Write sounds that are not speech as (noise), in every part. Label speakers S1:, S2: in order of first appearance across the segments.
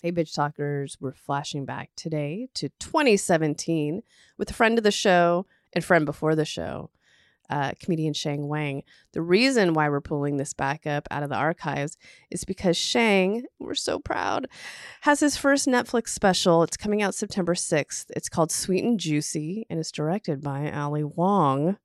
S1: Hey, bitch talkers, we're flashing back today to 2017 with a friend of the show and friend before the show, uh, comedian Shang Wang. The reason why we're pulling this back up out of the archives is because Shang, we're so proud, has his first Netflix special. It's coming out September 6th. It's called Sweet and Juicy and it's directed by Ali Wong.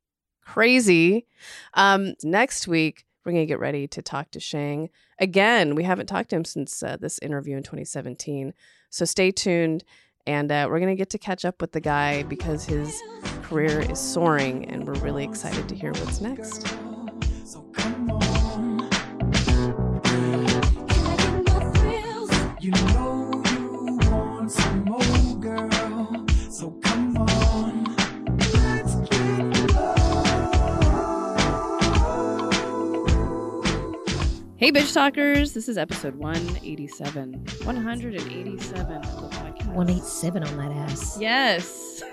S1: Crazy. Um, next week, we're going to get ready to talk to Shang again. We haven't talked to him since uh, this interview in 2017. So stay tuned. And uh, we're going to get to catch up with the guy because his career is soaring. And we're really excited to hear what's next.
S2: You know you want some more, girl. So come on, let's get
S1: Hey, bitch talkers. This is episode 187. 187 of the podcast.
S3: 187 on that ass.
S1: Yes.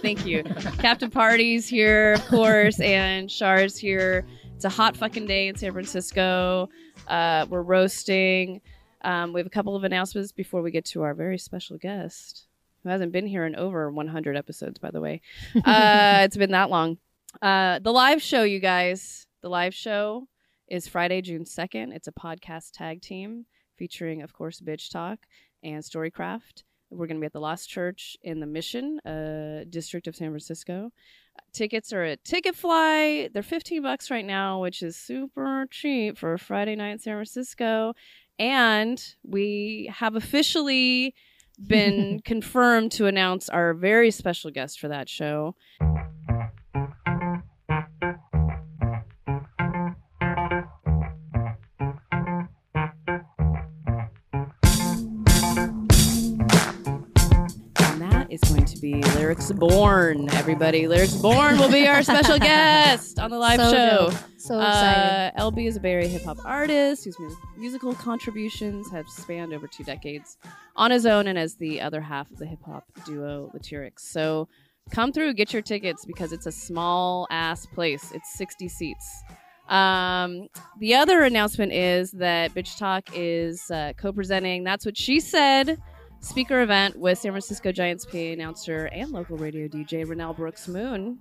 S1: Thank you. Captain Party's here, of course, and Char's here. It's a hot fucking day in San Francisco. Uh, we're roasting. Um, we have a couple of announcements before we get to our very special guest, who hasn't been here in over 100 episodes, by the way. Uh, it's been that long. Uh, the live show, you guys. The live show is Friday, June 2nd. It's a podcast tag team featuring, of course, Bitch Talk and Storycraft. We're going to be at the Lost Church in the Mission uh, District of San Francisco. Tickets are at Ticketfly. They're 15 bucks right now, which is super cheap for a Friday night in San Francisco. And we have officially
S3: (laughs)
S1: been confirmed to announce our very special guest for that show. And that is going to be Lyrics Born, everybody. Lyrics Born will be our
S3: (laughs)
S1: special guest on the live
S3: so
S1: show.
S3: dope. So excited.
S1: Uh, LB is a Bay Area hip hop artist whose mu- musical contributions have spanned over two decades on his own and as the other half of the hip hop duo Latyrix. So come through, get your tickets because it's a small ass place. It's 60 seats. Um, the other announcement is that Bitch Talk is uh, co presenting That's What She Said speaker event with San Francisco Giants PA announcer and local radio DJ Renelle Brooks Moon.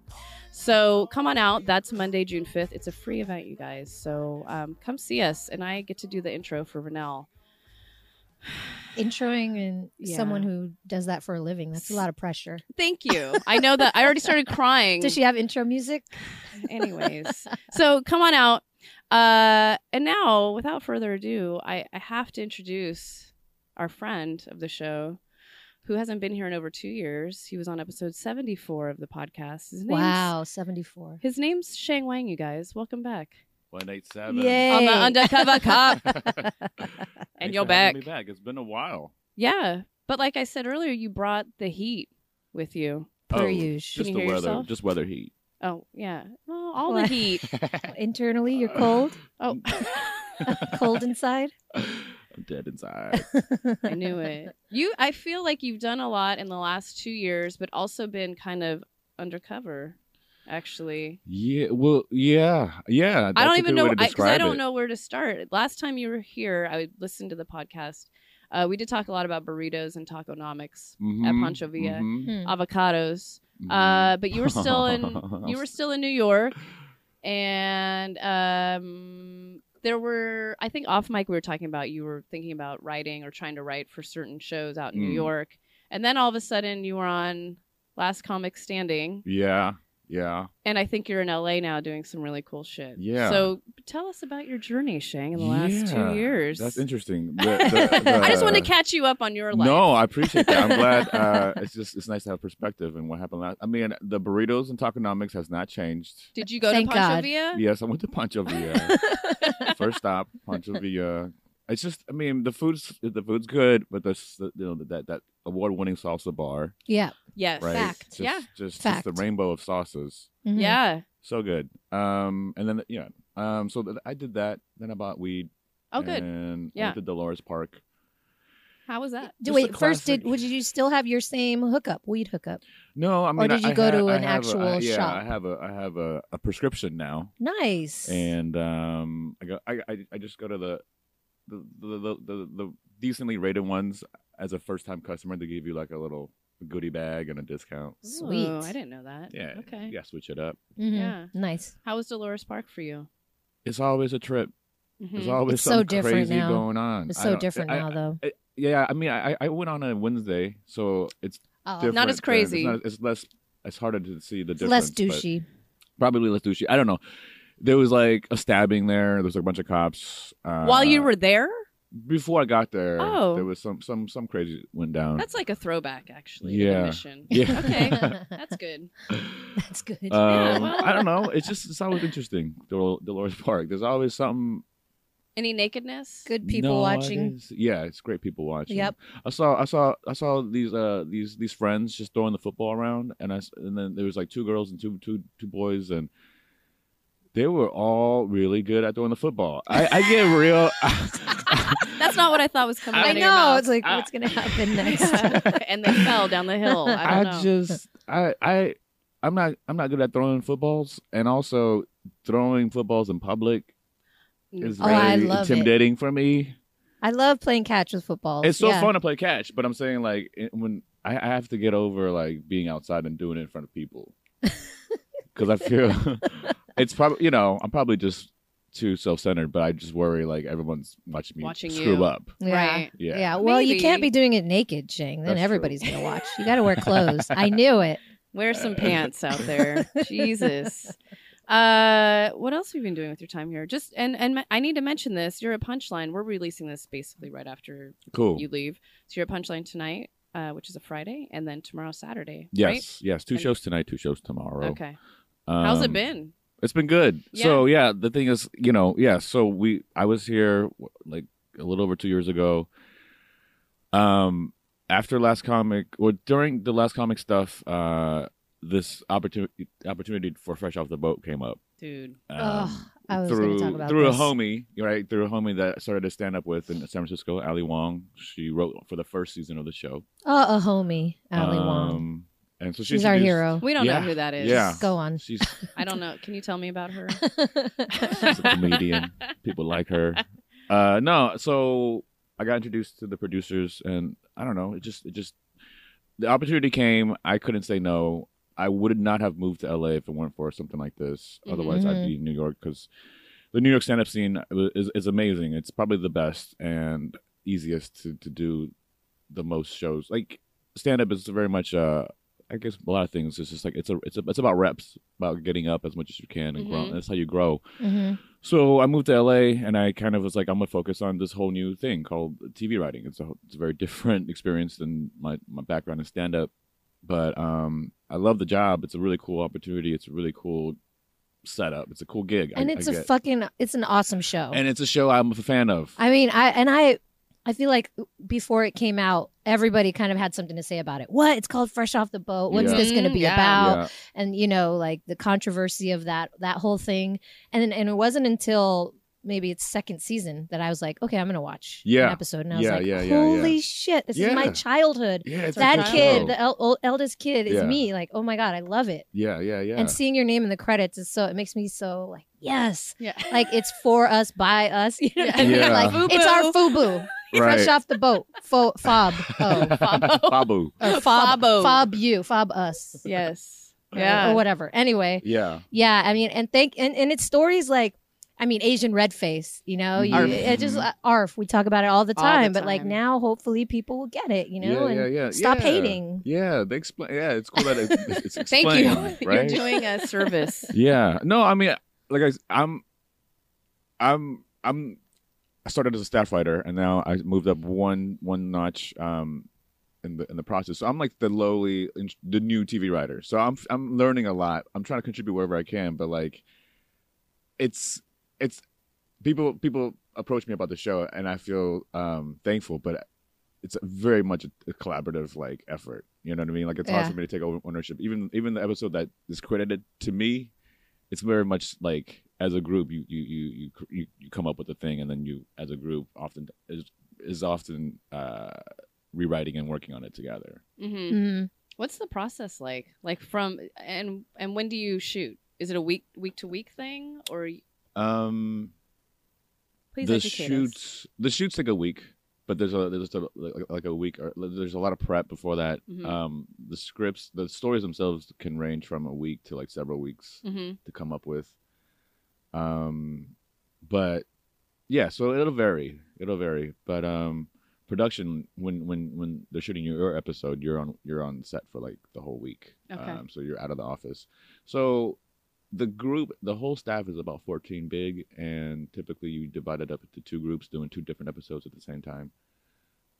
S1: So come on out. That's Monday, June 5th. It's a free event, you guys. So um, come see us. And I get to do the intro for Renelle.
S3: Introing and
S1: Yeah.
S3: someone who does that for a living. That's a lot of pressure.
S1: Thank you. I know that I already started crying.
S3: Does she have intro music?
S1: Anyways, so come on out. Uh, and now, without further ado, I, I have to introduce our friend of the show who hasn't been here in over two years. He was on episode 74 of the podcast. His name's,
S3: Wow, 74.
S1: His name's Shang Wang, you guys. Welcome back.
S4: 187.
S3: (laughs)
S4: (laughs)
S1: On the Undercover (laughs) Cop.
S4: Thanks
S1: you're
S4: for having
S1: back.
S4: me back. It's been a while.
S1: Yeah, but like I said earlier, you brought the heat with you.
S3: Per
S4: Oh,
S3: usual.
S4: Just
S1: you
S4: the
S1: hear
S4: weather.
S1: yourself?
S4: Just
S1: (laughs)
S4: weather heat.
S1: Oh yeah, well, all
S3: What?
S1: the heat.
S4: (laughs)
S3: Internally, you're
S1: (laughs)
S3: cold, (laughs)
S1: Oh,
S3: cold inside.
S4: I'm dead inside.
S1: I knew
S3: (laughs)
S1: it. You, I feel like you've done a lot in the last two years, but also been kind of undercover. Actually,
S4: Yeah. Well. Yeah. Yeah.
S1: I
S4: that's
S1: don't
S4: a
S1: even
S4: good way
S1: know
S4: to
S1: because I,
S4: describe
S1: don't
S4: it.
S1: know where to start. Last time you were here, I listened to the podcast. Uh, we did talk a lot about burritos and taconomics,
S4: Mhm,
S1: Pancho Villa.
S4: mhm,
S3: Hmm.
S1: avocados.
S4: mhm.
S1: Uh, but you were still
S4: (laughs)
S1: in you were still in New York, and um, there were I think off mic we were talking about you were thinking about writing or trying to write for certain shows out in New
S4: Mm.
S1: York, and then all of a sudden you were on Last Comic Standing,
S4: Yeah. Yeah.
S1: and I think you're in LA now doing some really cool shit.
S4: Yeah.
S1: So tell us about your journey, Shang, in the last
S4: Yeah,
S1: two years. (laughs)
S4: That's interesting. The- the-
S1: I just want to
S4: (laughs) the-
S1: catch you up on your life.
S4: No, I appreciate that. I'm glad. Uh, it's just it's nice to have perspective and what happened last. I mean, the burritos and taconomics has not changed.
S1: Did you go
S3: Thank
S1: to Pancho
S3: God.
S1: Villa?
S4: Yes, I went to Pancho Villa.
S1: Uh,
S4: First stop, Pancho Villa. uh, It's just, I mean, the food's the food's good, but the s- you know that that award-winning salsa bar,
S3: (laughs) Yeah.
S1: Yes.
S4: right?
S3: Fact.
S4: Just,
S1: Yeah.
S4: just,
S3: Fact.
S4: just the rainbow of sauces,
S3: Mhm.
S1: Yeah.
S4: so good. Um, and then yeah, um, so th- I did that. Then I bought weed.
S1: Oh, good.
S4: And I
S1: Yeah.
S4: went to Dolores Park.
S1: How was that?
S3: D-
S4: Just
S3: Wait,
S4: a
S3: first, did
S4: classic.
S3: would you still have your same hookup, weed hookup?
S4: No, I mean,
S3: did
S4: I-
S3: you
S4: I
S3: go
S4: ha-
S3: to
S4: I
S3: an
S4: have a- I-
S3: actual
S4: yeah,
S3: shop?
S4: I have a I have a, a prescription now.
S3: Nice.
S4: and um, I go, I, I, I just go to the, the, the, the, the, the decently rated ones, as a first time customer, they give you like a little goodie bag and a discount.
S3: Sweet.
S1: Ooh, Oh, I didn't know that.
S4: Yeah.
S1: Okay.
S4: You gotta switch it up.
S3: Mhm.
S1: Yeah.
S3: Nice.
S1: How was Dolores Park for you?
S4: It's always a trip. There's
S3: Mm-hmm.
S1: Mhm.
S4: always
S3: Hmm. It's so
S4: something
S3: different
S4: crazy
S3: now.
S4: going on.
S3: It's
S4: I
S3: so
S4: don't-
S3: different
S4: I-
S3: now, though.
S4: Yeah, I mean, I I went on a Wednesday, so it's
S3: Oh,
S4: different.
S1: as
S4: than-
S1: crazy.
S4: It's, not, it's less. It's harder to see the
S3: it's
S4: difference.
S3: less
S4: but
S3: douchey.
S4: Probably less douchey. I don't know. There was like a stabbing there. There was a bunch of cops. Uh,
S1: While you were there,
S4: before I got there,
S1: Oh.
S4: there was some some some crazy went down. (laughs)
S1: that's like a throwback, actually.
S4: Um, Yeah.
S1: Yeah. Mission.
S4: (laughs)
S3: (laughs)
S4: Yeah.
S1: Okay. (laughs) That's good.
S3: That's good.
S4: Um,
S1: well-
S4: I don't know. It's just it's always interesting. Dol- Dolores Park. There's always something.
S1: Any nakedness?
S3: good people
S4: No, it
S3: watching.
S4: is- Yeah, it's great people watching.
S3: Yep.
S4: I saw I saw I saw these uh these these friends just throwing the football around, and I s- and then there was like two girls and two two two boys, and they were all really good at throwing the football. I, I get
S3: (laughs)
S4: real.
S1: That's
S4: (laughs)
S1: not what I thought was coming.
S3: I
S1: out of your
S3: know.
S1: mouth.
S3: It's like,
S4: I-
S1: (laughs)
S3: what's going to happen next?
S1: Yeah. and they fell down the hill. I
S4: I,
S1: don't know.
S4: just I I I'm not I'm not good at throwing footballs, and also throwing footballs in public is
S1: Mm.
S3: Oh,
S4: very
S3: I love it.
S4: intimidating for me.
S3: I love playing catch with footballs.
S4: It's so
S3: yeah.
S4: fun to play catch, but I'm saying like it- when I, I have to get over like being outside and doing it in front
S1: (laughs)
S4: of people because I feel (laughs) it's probably you know I'm probably just too self-centered, but I just worry like everyone's watching me
S1: Watching
S4: screw
S1: you.
S4: up.
S3: Yeah.
S1: Right.
S4: Yeah.
S3: Yeah. Well, you can't
S1: Maybe.
S3: be doing it naked, Shang. Then
S4: That's true.
S3: everybody's going to watch. You got to wear clothes. I knew it.
S1: Wear
S4: Uh,
S1: some pants
S4: (laughs)
S1: out there. Jesus. Uh, what else have you been doing with your time here? Just and and I need to mention this. You're at Punchline. We're releasing this basically right after
S4: Cool.
S1: you leave. So you're at Punchline tonight, uh, which is a Friday, and then tomorrow Saturday.
S4: yes.
S1: right?
S4: Yes. Two
S1: And-
S4: shows tonight. Two shows tomorrow.
S1: Okay. How's it
S4: Um,
S1: been?
S4: It's been good. So yeah, the thing is, you know, yeah. So we, I was here wh- like a little over two years ago. Um, after last comic or during the last comic stuff, uh, this opportunity opportunity for fresh off the boat came up.
S1: Dude.
S4: (laughs) Um,
S3: Ugh, I was going
S4: through
S3: to talk about
S4: through
S3: this.
S4: a homie, right? Through a homie that I started to stand up with in San Francisco, Ali Wong. She wrote for the first season of the show.
S3: Oh, a homie, Ali Wong.
S4: Um, and so she
S3: She's our
S4: introduced-
S3: hero.
S1: We don't
S4: Yeah.
S1: know who that is.
S4: Yeah.
S3: Go
S4: (laughs)
S3: on. (laughs)
S4: She's
S1: I don't know. Can you tell me about her?
S4: She's a comedian. People like her. Uh, no, so I got introduced to the producers, and I don't know. It just, it just, the opportunity came. I couldn't say no. I would not have moved to LA if it weren't for something like this.
S1: Mhm.
S4: Otherwise, I'd be in New York because the New York stand-up scene is, is amazing. It's probably the best and easiest to, to do the most shows. Like stand-up is very much. Uh, I guess a lot of things. It's just like it's a it's a, it's about reps, about getting up as much as you can and growing.
S1: Mhm.
S4: That's how you grow.
S3: hmm
S4: So I moved to LA, and I kind of was like, I'm gonna focus on this whole new thing called TV writing. It's a it's a very (laughs) different experience than my my background in stand up, but um, I love the job. It's a really cool opportunity. It's a really cool setup. It's a cool gig. I-
S3: And
S4: I
S3: it's a
S4: get-
S3: fucking, it's an awesome show.
S4: and it's a show I'm a fan of.
S3: I mean, I and I, I feel like before it came out, everybody kind of had something to say about it. What? It's called Fresh Off the Boat. What's
S4: Yeah.
S3: this going to
S1: Mm,
S3: be
S1: yeah.
S3: about?
S4: yeah,
S3: and you know like the controversy of that that whole thing and then and it wasn't until maybe its second season that i was like okay i'm gonna watch
S4: Yeah.
S3: an episode and i was
S4: Yeah,
S3: like
S4: yeah, yeah,
S3: holy
S4: yeah.
S3: shel- this is
S4: Yeah.
S3: my childhood
S4: yeah. It's a
S1: our
S3: that
S4: good
S3: kid
S4: show.
S3: the el- el- eldest kid is
S4: Yeah.
S3: me like oh my god i love it
S4: yeah, yeah, yeah.
S3: and seeing your name in the credits is so it makes me so like yes
S1: yeah. (laughs)
S3: like it's for us by us you know what I mean?
S4: Yeah.
S3: like
S1: Fubu.
S3: it's our fubu
S4: right.
S3: fresh off the boat Fo- fob oh
S4: (laughs)
S1: Fabo.
S4: Fabu.
S3: or fob
S1: Fabo.
S3: fob you fob us (laughs)
S1: Yes.
S3: or-
S1: Yeah.
S3: or whatever anyway
S4: Yeah.
S3: yeah, I mean, and thank and, and it's stories like, I mean, Asian red face. You know, you,
S1: Arf.
S3: it just uh, arf. We talk about it all the
S1: All the
S3: time, but like
S1: time.
S3: now, hopefully, people will get it. You know,
S4: yeah, yeah,
S3: and
S4: yeah.
S3: stop
S4: yeah.
S3: hating.
S4: Yeah, they explain. Yeah, it's cool that it,
S3: (laughs)
S4: it's
S1: Thank
S4: explained.
S1: you. You're
S4: Right?
S1: doing a
S4: (laughs)
S1: service.
S4: Yeah. No, I mean, like I, s- I'm, I'm, I'm. I started as a staff writer, and now I moved up one one notch um, in the in the process. So I'm like the lowly, in- the new TV writer. So I'm I'm learning a lot. I'm trying to contribute wherever I can, but like, it's it's people people approach me about the show, and I feel um, thankful, but. It's very much a, a collaborative like effort. You know what I mean? Like it's hard
S3: Yeah.
S4: for me to take over ownership. Even even the episode that is credited to me it's very much like as a group you you you you cr- you, you come up with a thing and then you as a group often is, is often uh rewriting and working on it together
S1: hmm
S3: Mm.
S1: What's the process like? Like from and and when do you shoot? Is it a week week to week thing or
S4: um
S1: please
S4: the
S1: educate us?
S4: shoots the shoots take a week but there's a there's just a, like, like a week or there's a lot of prep before that.
S1: Mhm.
S4: Um, the scripts, the stories themselves can range from a week to like several weeks
S1: hmm
S4: to come up with. Um, but yeah, so it'll vary. It'll vary. But um, production when when when they're shooting your episode, you're on you're on set for like the whole week.
S1: Okay.
S4: Um, so you're out of the office. So the group, the whole staff is about 14 big, and typically you divide it up into two groups doing two different episodes at the same time.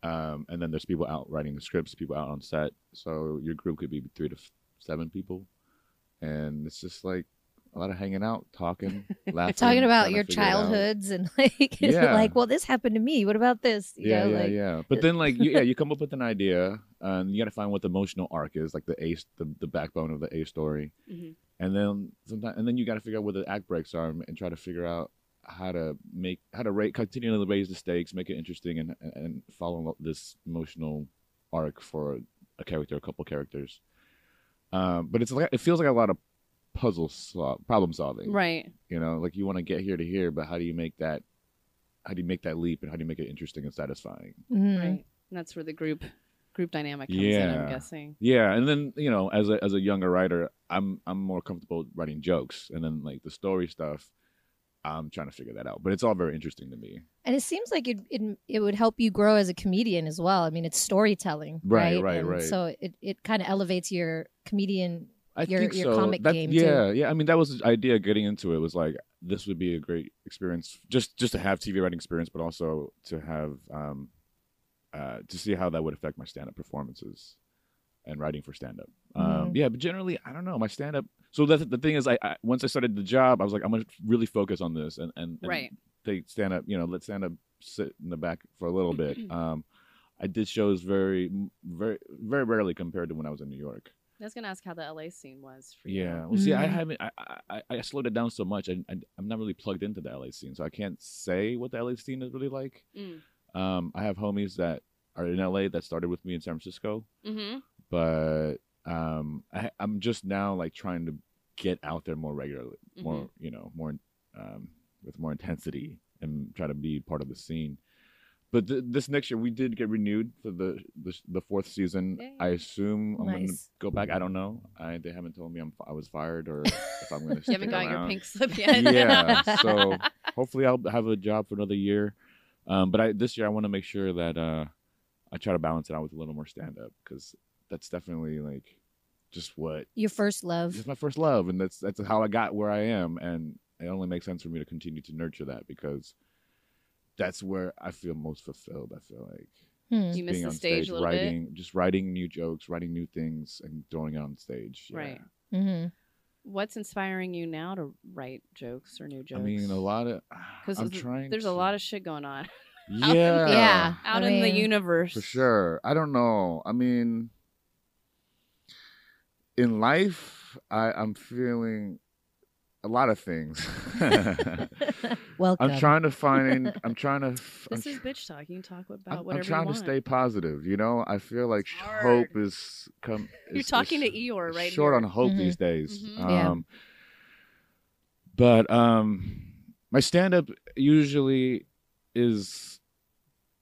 S4: Um, and then there's people out writing the scripts, people out on set. So your group could be three to f- seven people, and it's just like a lot of hanging out, talking, laughing,
S3: (laughs) Talking about
S4: trying to
S3: your
S4: figure it out.
S3: childhoods and (laughs) like,
S4: Yeah.
S3: like, well, this happened to me. What about this? You
S4: yeah,
S3: know,
S4: yeah,
S3: like,
S4: yeah. But then,
S3: (laughs)
S4: like, you, yeah, you come up with an idea, and you got to find what the emotional arc is, like the ace, the, the backbone of the a story,
S1: Mhm.
S4: and then sometimes, and then you got to figure out where the act breaks are, and try to figure out how to make how to rate continually raise the stakes, make it interesting, and and- and follow up this emotional arc for a character, a couple characters. Um, but it's like it feels like a lot of puzzle sol- problem solving,
S1: Right.
S4: you know like you want to get here to here but how do you make that how do you make that leap and how do you make it interesting and satisfying
S3: mhm.
S1: Right. And that's where the group group dynamic comes in. I'm
S4: Yeah.
S1: guessing.
S4: yeah and then you know as a as a younger writer i'm i'm more comfortable writing jokes and then like the story stuff i'm trying to figure that out but it's all very interesting to me
S3: And it seems like it, it it would help you grow as a comedian as well. I mean, it's storytelling,
S4: Right,
S3: right,
S4: right,
S3: And
S4: right.
S3: So it, it kind of elevates your comedian.
S4: I
S3: Your-
S4: think
S3: your
S4: so.
S3: comic
S4: That-
S3: game,
S4: yeah, yeah. I mean, that was the idea getting into it was like this would be a great experience, just just to have TV writing experience, but also to have um, uh, to see how that would affect my stand up performances and writing for stand up. Um, yeah, but generally, I don't know my stand up. So that's the thing is, I, I once I started the job, I was like, I'm gonna really focus on this and and, and
S1: Right.
S4: they stand up, you know, let stand up sit in the back for a little bit. Um, I did shows very, very, very rarely compared to when I was in New York.
S1: I was gonna ask how the LA scene was for you.
S4: Yeah. Well, see, I
S3: Mhm.
S4: haven't. I, I I- I slowed it down so much. I, I I'm not really plugged into the LA scene, so I can't say what the LA scene is really like.
S1: Mm.
S4: Um, I have homies that are in LA that started with me in San Francisco, (laughs)
S1: Mm-hmm.
S4: but um, I, I'm just now like trying to get out there more regularly, more
S1: Mm-hmm.
S4: you know, more um, with more intensity and try to be part of the scene. But th- this next year, we did get renewed for the the, the fourth season.
S1: Yay.
S4: I assume I'm going to
S3: Nice.
S4: go back. I don't know. I they haven't told me I'm I was fired or if I'm going
S1: (laughs)
S4: to.
S1: You haven't got your pink
S4: (laughs)
S1: slip yet. (laughs)
S4: yeah. So hopefully I'll have a job for another year. Um, but I this year I want to make sure that uh, I try to balance it out with a little more stand up because that's definitely like just what
S3: Your first love.
S4: it's my first love and that's that's how i got where i am and it only makes sense for me to continue to nurture that because that's where i feel most fulfilled i feel like
S3: Hmm.
S1: you miss
S4: being
S1: the
S4: on
S1: stage, a little bit.
S4: writing just writing new jokes writing new things and throwing it on stage Yeah.
S1: Right.
S3: Mhm.
S1: What's inspiring you now to write jokes or new jokes?
S4: i mean a lot of
S1: 'Cause
S4: i'm
S1: th-
S4: trying
S1: There's a
S4: to-
S1: lot of shit going
S4: (laughs)
S1: on
S4: yeah
S3: Yeah.
S1: out
S3: I
S1: in the
S3: mean-
S1: universe.
S4: for sure i don't know i mean in life i i'm feeling a lot of things (laughs)
S3: mm-hmm. Welcome.
S4: I'm trying
S1: (laughs)
S4: to find. I'm trying to. f- I'm
S1: This is
S4: tr-
S1: bitch talk. You can talk
S4: I'm,
S1: about
S4: I'm
S1: whatever
S4: trying
S1: you want.
S4: to stay positive. You know, I feel like
S1: It's
S4: sh-
S1: hard.
S4: hope is come.
S1: (laughs) You're
S4: is-
S1: talking
S4: is
S1: to Eeyore right
S4: Short
S1: here.
S4: on hope
S3: Mhm.
S4: these days.
S1: Mhm.
S3: Yeah.
S4: Um, But um, my stand up usually is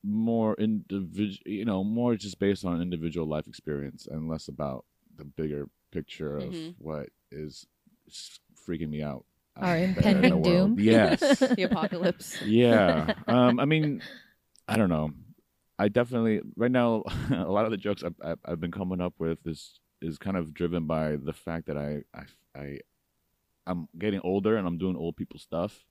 S4: more individual. You know, more just based on individual life experience and less about the bigger picture of
S1: Mhm.
S4: what is s- freaking me out. out
S3: Our
S4: (laughs) there in the
S3: impending
S4: world.
S3: doom. (laughs)
S4: Yes
S1: (laughs) the apocalypse.
S4: (laughs) yeah
S1: (laughs)
S4: um i mean i don't know i definitely right now (laughs) a lot of the jokes I've, I've, I've been coming up with is is kind of driven by the fact that i i, I i'm getting older and i'm doing old people stuff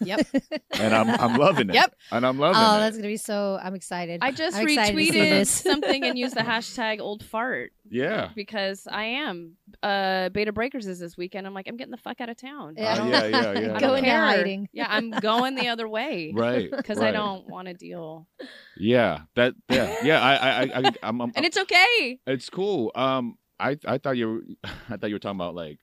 S1: Yep.
S4: and i'm
S3: (laughs)
S4: i'm loving
S1: (laughs)
S4: it
S1: Yep.
S4: and i'm loving
S3: oh,
S4: it
S3: that's gonna be so. I'm excited.
S1: I just
S3: I'm excited to see
S1: retweeted
S3: this. (laughs)
S1: something and used the hashtag old fart
S4: yeah
S1: because I am. Uh, Beta Breakers is this weekend. I'm like, I'm getting the fuck out of town.
S4: Yeah.
S1: I
S4: Uh,
S1: don't,
S3: (laughs)
S4: yeah, yeah, yeah,
S1: I
S4: yeah.
S1: don't
S3: Going to
S1: care.
S3: hiding.
S1: Yeah, I'm going
S3: (laughs)
S1: the other way.
S4: right
S1: (laughs) Because I
S4: right.
S1: don't want to deal.
S4: (laughs) yeah that yeah yeah i i, I- I i'm, I'm
S1: (laughs) And it's okay.
S4: It's cool. Um, I I thought you were, (laughs) I thought you were talking about like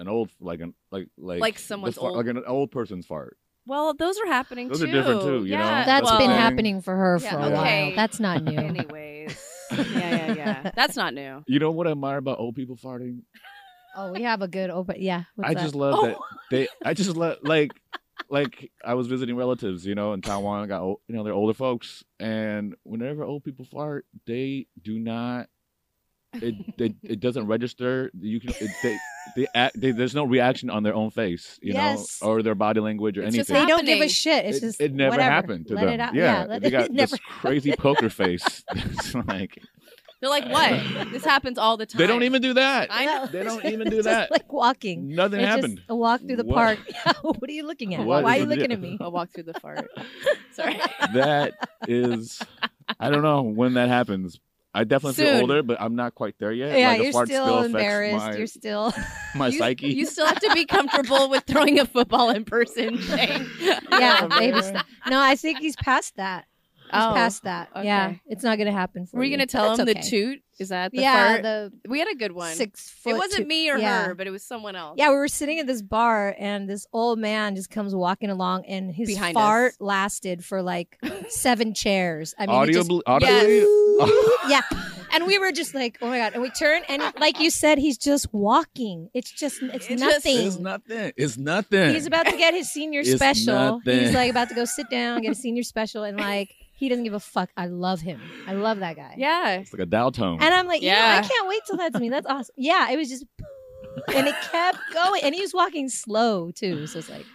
S4: an old like an like like
S1: Like
S4: the
S1: someone's
S4: fart-
S1: old.
S4: like an old person's fart.
S1: Well, those are happening
S4: Those
S1: too.
S4: are different too, you know? uh,
S1: yeah.
S4: That's
S3: That's
S1: well,
S3: been
S4: okay.
S3: happening for her
S1: Yeah,
S3: for a
S1: okay.
S3: while. That's not
S4: (laughs)
S3: new.
S1: Anyways. yeah, yeah,
S3: (laughs)
S1: yeah. That's not new.
S4: You know what I admire about old people farting?
S3: oh, we have a good open. Yeah. what's
S4: I
S3: that?
S4: just love that
S1: Oh.
S3: (laughs)
S4: they. I just love like like I was visiting relatives, you know, in Taiwan. I Got old- you know, they're older folks, and whenever old people fart, they do not. It
S3: (laughs)
S4: it, it doesn't register. You can it, they they, act, they there's no reaction on their own face, you
S3: Yes.
S4: know, or their body language or
S1: It's just
S4: anything.
S3: They don't give
S1: happening.
S3: a shit. It's
S4: it,
S3: just
S4: it never
S3: whatever.
S4: happened to
S3: Let
S4: them.
S3: It out.
S4: Yeah,
S3: let
S4: they
S3: it, (laughs)
S4: got
S3: never.
S4: this crazy
S3: (laughs)
S4: poker face. (laughs) It's like
S1: (laughs) They're like, what? this happens all the time.
S4: (laughs) they don't even do that.
S1: I know.
S4: (laughs) They
S3: (laughs)
S4: don't even do
S3: It's
S4: that.
S3: Just like walking.
S4: Nothing
S3: It's
S4: happened.
S3: Just a walk through the
S4: What-
S3: park. (laughs) what are you looking at?
S4: What
S3: Why are
S4: is
S3: you
S4: the
S3: looking at
S4: deal?
S3: me?
S1: I'll walk through the
S4: (laughs)
S1: fart. Sorry.
S4: that is I don't know when that happens. I definitely
S1: Soon.
S4: feel older, but I'm not quite there yet.
S3: Yeah,
S4: like, a
S3: you're still,
S4: fart still affects
S3: embarrassed.
S4: My,
S3: You're still. (laughs)
S4: my
S1: you,
S4: psyche.
S1: You still have to be comfortable with throwing a football in
S4: (laughs)
S1: person. Thing. (laughs)
S3: Yeah, (laughs)
S4: man.
S3: baby step. No, I think he's past that. He's
S1: Oh,
S3: past that. Yeah,
S1: okay.
S3: it's not gonna happen for
S1: Were you
S3: you
S1: gonna tell
S3: That's
S1: him
S3: okay.
S1: the toot? Is that the
S3: yeah,
S1: fart?
S3: the
S1: we had a good one.
S3: six foot.
S1: it wasn't
S3: two-
S1: me or
S3: yeah.
S1: her, but it was someone else.
S3: Yeah, we were sitting at this bar, and this old man just comes walking along, and his
S1: Behind
S3: fart
S1: us.
S3: lasted for like
S1: (laughs)
S3: seven chairs. I mean, it
S4: audio,
S3: just-
S4: audio.
S3: yeah. And we were just like, oh my god! And we turn, and like you said, he's just walking. It's just, it's
S1: It just-
S3: nothing.
S4: It's nothing. It's nothing.
S3: He's about to get his senior
S4: (laughs) It's
S3: special.
S4: nothing.
S3: He's like about to go sit down,
S4: (laughs)
S3: get a senior special, and like he doesn't give a fuck. I love him. I love that guy.
S1: Yeah.
S4: it's like a dial tone.
S3: And I'm like, yeah,
S1: Yeah.
S3: I can't wait till that's me. That's awesome. Yeah, it was just, (laughs) and it kept going, and he was walking slow too. So it's like,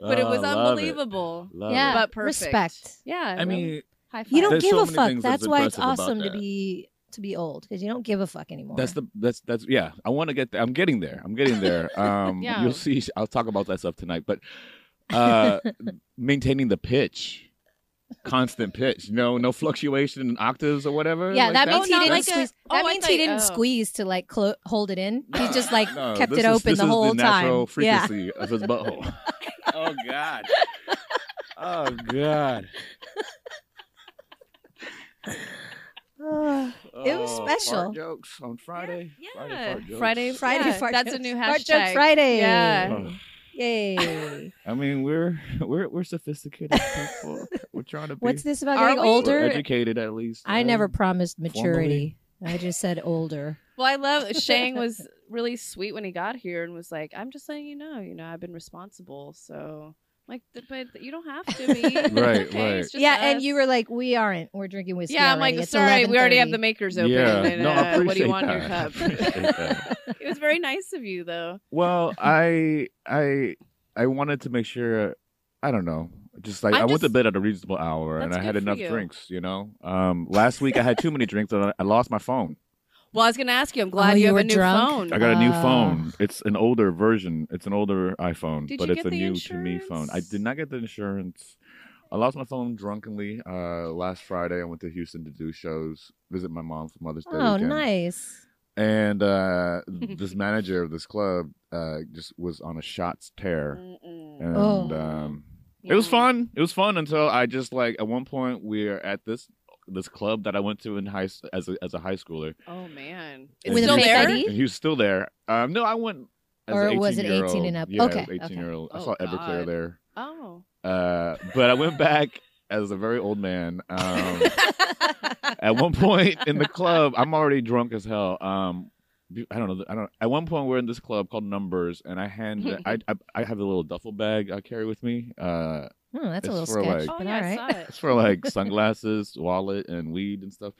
S1: But it was
S4: Oh, I love
S1: unbelievable.
S4: Love
S3: yeah,
S1: But perfect.
S3: respect.
S1: Yeah.
S4: I mean,
S1: high five.
S3: You don't
S4: There's
S3: give
S4: so
S3: a
S4: many
S3: fuck.
S4: things that's
S3: That's why it's
S4: impressive about
S3: awesome to
S4: that.
S3: be to be old because you don't give a fuck anymore.
S4: that's the that's that's yeah. I want to get. There. I'm getting there. I'm
S3: (laughs)
S4: getting there. Um,
S1: Yeah.
S4: you'll see. I'll talk about that stuff tonight. But uh, maintaining the pitch, constant pitch. No, no fluctuation in octaves or whatever.
S3: yeah,
S4: like
S1: that-
S3: that means
S1: Oh,
S3: he
S1: not
S3: didn't
S1: like a-
S3: squeeze.
S1: oh,
S3: that
S1: I
S3: means
S1: thought-
S3: he didn't
S1: oh.
S3: squeeze to like clo- hold it in. He just like
S4: No,
S3: kept
S4: this
S3: it
S4: is-
S3: open
S4: this
S3: the
S4: is
S3: whole
S4: natural
S3: time. Yeah,
S4: frequency of his
S3: (laughs)
S4: butthole. oh God. Oh God.
S3: (sighs)
S1: (laughs)
S3: It was
S4: Oh,
S3: special.
S4: Fart jokes on Friday.
S1: Yeah.
S4: Friday. Fart jokes.
S1: Friday.
S3: Friday
S1: yeah,
S3: fart
S1: That's a
S3: jokes.
S1: new
S3: Fart
S1: hashtag.
S3: joke Friday.
S1: Yeah.
S4: Oh,
S3: Yay.
S4: I mean, we're we're we're sophisticated
S3: (laughs)
S4: people. We're trying to be
S3: What's this about
S1: Are
S3: getting
S1: we?
S4: we're
S3: older?
S4: educated at least.
S3: I
S4: um,
S3: never promised maturity. I just said older.
S1: Well, I love
S3: (laughs)
S1: Shang was really sweet when he got here and was like, "I'm just letting you know, you know, I've been responsible." So, like, th- but you don't have to be. It's
S4: (laughs)
S1: (laughs)
S4: Right,
S1: okay,
S4: right.
S1: it's just
S3: yeah, and
S1: us."
S3: you were like, we aren't. We're drinking whiskey.
S1: Yeah, I'm
S3: already.
S1: like,
S3: It's
S1: sorry, we already have the
S3: 11:30."
S1: makers open.
S4: Yeah.
S1: And,
S4: No, I
S1: uh, what do you
S4: appreciate
S1: want in your
S4: that. I
S1: cup?
S4: (laughs) appreciate that.
S1: it was very nice of you, though. (laughs)
S4: Well, I I I wanted to make sure. I don't know. Just like
S1: I'm
S4: i went to
S1: just-
S4: bed at a reasonable hour and
S1: That's
S4: I had
S1: good for
S4: enough
S1: you.
S4: drinks. You know, um, last week I had too many drinks and I, I lost my phone.
S1: Well, I was going to ask you. I'm glad
S3: Oh,
S1: you,
S3: you
S1: have
S3: were
S1: a new
S3: drunk?
S1: phone.
S4: I got a new
S3: Ah.
S4: phone. It's an older version. It's an older iPhone,
S1: Did
S4: but
S1: you
S4: it's
S1: get
S4: a
S1: the
S4: new to me phone. I did
S1: insurance?
S4: not get the insurance. I lost my phone drunkenly uh, last Friday. I went to Houston to do shows, visit my mom for Mother's Day.
S3: (laughs) Oh,
S4: weekend.
S3: nice.
S1: (laughs)
S4: And uh, this manager of this club uh, just was on a shots tear.
S1: Mm-mm.
S4: And
S3: Oh.
S4: um, it was
S1: Yeah.
S4: fun. It was fun until I just like at one point we're at this this club that I went to in high s- as a, as a high schooler.
S1: Oh man, it's
S3: With a
S1: still
S3: fake
S1: there.
S3: ID?
S4: He was still there. Um, no, I went. As
S3: Or
S4: an
S3: was it
S4: 18-year-old.
S3: 18 and up?
S4: Yeah,
S3: Okay, okay.
S4: eighteen year old. I
S1: Oh,
S4: saw Everclear
S1: God.
S4: there.
S1: Oh,
S4: Uh, but I went back as a very old man.
S3: (laughs) Hmm,
S4: Um, at one point in the club, I'm already drunk as hell. Um, be- I don't know. I don't. At one point, we're in this club called Numbers, and I hand.
S3: (laughs)
S4: I, I I have a little duffel bag I carry with me. Uh,
S3: Oh, that's a
S4: It's
S3: little
S4: for,
S3: sketch.
S4: like-
S1: oh
S3: but
S1: yeah,
S3: all
S1: I
S3: right.
S1: saw it.
S4: it's for like sunglasses, wallet, and weed and stuff.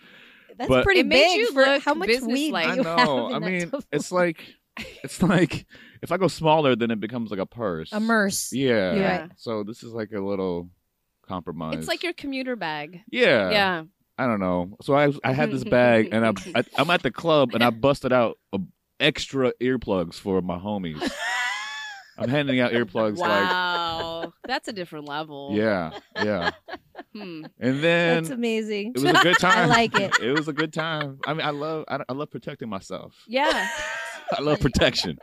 S3: That's
S4: But-
S3: pretty
S1: It made
S3: big
S1: you
S3: for
S1: look
S3: how much weed
S1: business-like.
S4: I
S3: you have
S4: know.
S3: in
S4: I
S3: that
S4: mean,
S3: (laughs) duffel.
S4: it's like, it's like, if I go smaller, then it becomes like a purse.
S3: a merce.
S4: Yeah.
S3: You're
S1: Yeah.
S3: right.
S4: So this is like a little compromise.
S1: It's like your commuter bag.
S4: Yeah.
S1: Yeah.
S4: I don't know. So I
S3: (laughs)
S4: I had this bag and I, I I'm at the club and I busted out a, extra earplugs for my homies. I'm handing out earplugs
S1: wow, that's a different level.
S4: like yeah, yeah.
S1: Hmm.
S4: And
S3: That's
S4: then
S3: amazing.
S4: it was a
S3: (laughs)
S4: good
S3: I
S4: time.
S3: like it.
S4: It was a good time. I mean, I love I, I love protecting myself.
S1: Yeah.
S4: I
S3: (laughs)
S4: love protection.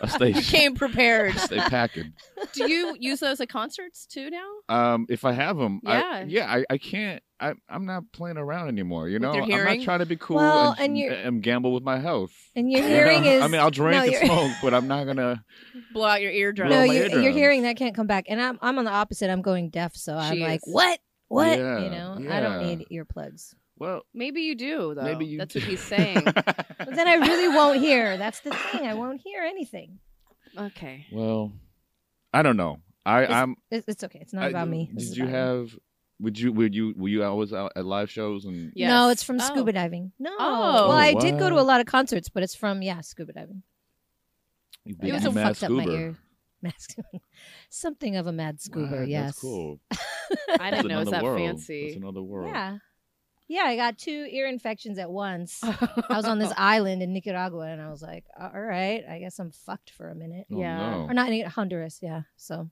S4: I stay
S1: You came prepared.
S4: I (laughs) stay packing.
S1: (laughs) Do you use those at concerts too now?
S4: Um, if I have them,
S1: Yeah.
S4: I, yeah, I, I can't. I, I'm not playing around anymore. You
S1: With
S4: know,
S1: your
S4: I'm not
S1: hearing?
S4: trying to be cool
S3: Well,
S4: and,
S3: and you're-
S4: and gamble with my health.
S3: And your
S4: You
S3: hearing
S4: know?
S3: is.
S4: I mean, I'll drink
S3: no,
S4: and
S3: you're-
S4: smoke, but I'm not gonna.
S1: Blow out your eardrum.
S3: no,
S4: blow my
S3: you,
S4: eardrums.
S3: you're hearing that can't come back. And I'm I'm on the opposite. I'm going deaf, so I'm
S1: Jeez.
S3: like, what? What?
S4: Yeah,
S3: you know, I don't
S4: yeah.
S3: need earplugs.
S4: Well,
S1: Maybe you do though.
S4: maybe you.
S1: That's what he's
S4: (laughs)
S1: saying.
S3: But then I really won't hear. That's the thing. I won't hear anything.
S1: okay.
S4: well, I don't know. I,
S3: It's
S4: I'm.
S3: It's, it's okay. It's not
S4: I-
S3: about me. This
S4: Did
S3: is
S4: you
S3: about him.
S4: have? Would you? Would you? Were you always out at live shows and?
S1: Yes.
S3: No, it's from
S1: Oh.
S3: scuba diving. No.
S1: Oh.
S3: well, I
S4: Oh,
S3: did go to a
S4: wow.
S3: lot of concerts, but it's from yeah, scuba diving. (laughs)
S4: you
S1: It
S4: big
S1: was
S3: I
S1: a
S4: mad
S3: fucked up my
S4: scuba?
S3: ear. Mad scuba. Something of a mad scuba.
S4: Wow,
S3: yes.
S4: Ah, That's cool.
S1: I
S4: That's
S1: didn't know it's
S4: another
S1: that
S4: world. That's
S1: fancy.
S4: another world.
S3: Yeah. Yeah, I got two ear infections at once.
S1: (laughs)
S3: I was
S4: (laughs)
S3: on this island in Nicaragua, and I was like, all right, I guess I'm fucked for a minute.
S4: Oh,
S1: Yeah.
S4: no.
S3: Or not in Honduras, yeah. So,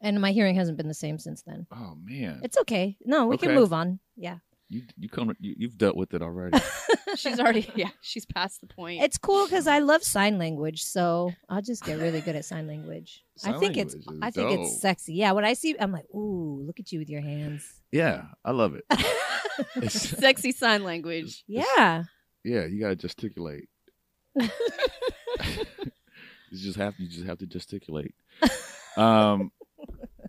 S3: and my hearing hasn't been the same since then.
S4: Oh man,
S3: It's okay. No, we can
S4: Okay.
S3: move on. Yeah.
S4: you you come you, you've dealt with it already.
S1: she's already yeah. She's past the point.
S3: It's cool because I love sign language, so I'll just get really good at sign language. (laughs) I
S4: Sign
S3: think it's
S4: language is
S3: I think
S4: dope.
S3: it's sexy. Yeah, when I see, I'm like, ooh, look at you with your hands. (laughs)
S4: yeah, I love it. It's-
S1: sexy sign language.
S3: yeah,
S4: yeah, you gotta gesticulate. (laughs) you just have you just have to gesticulate. Um.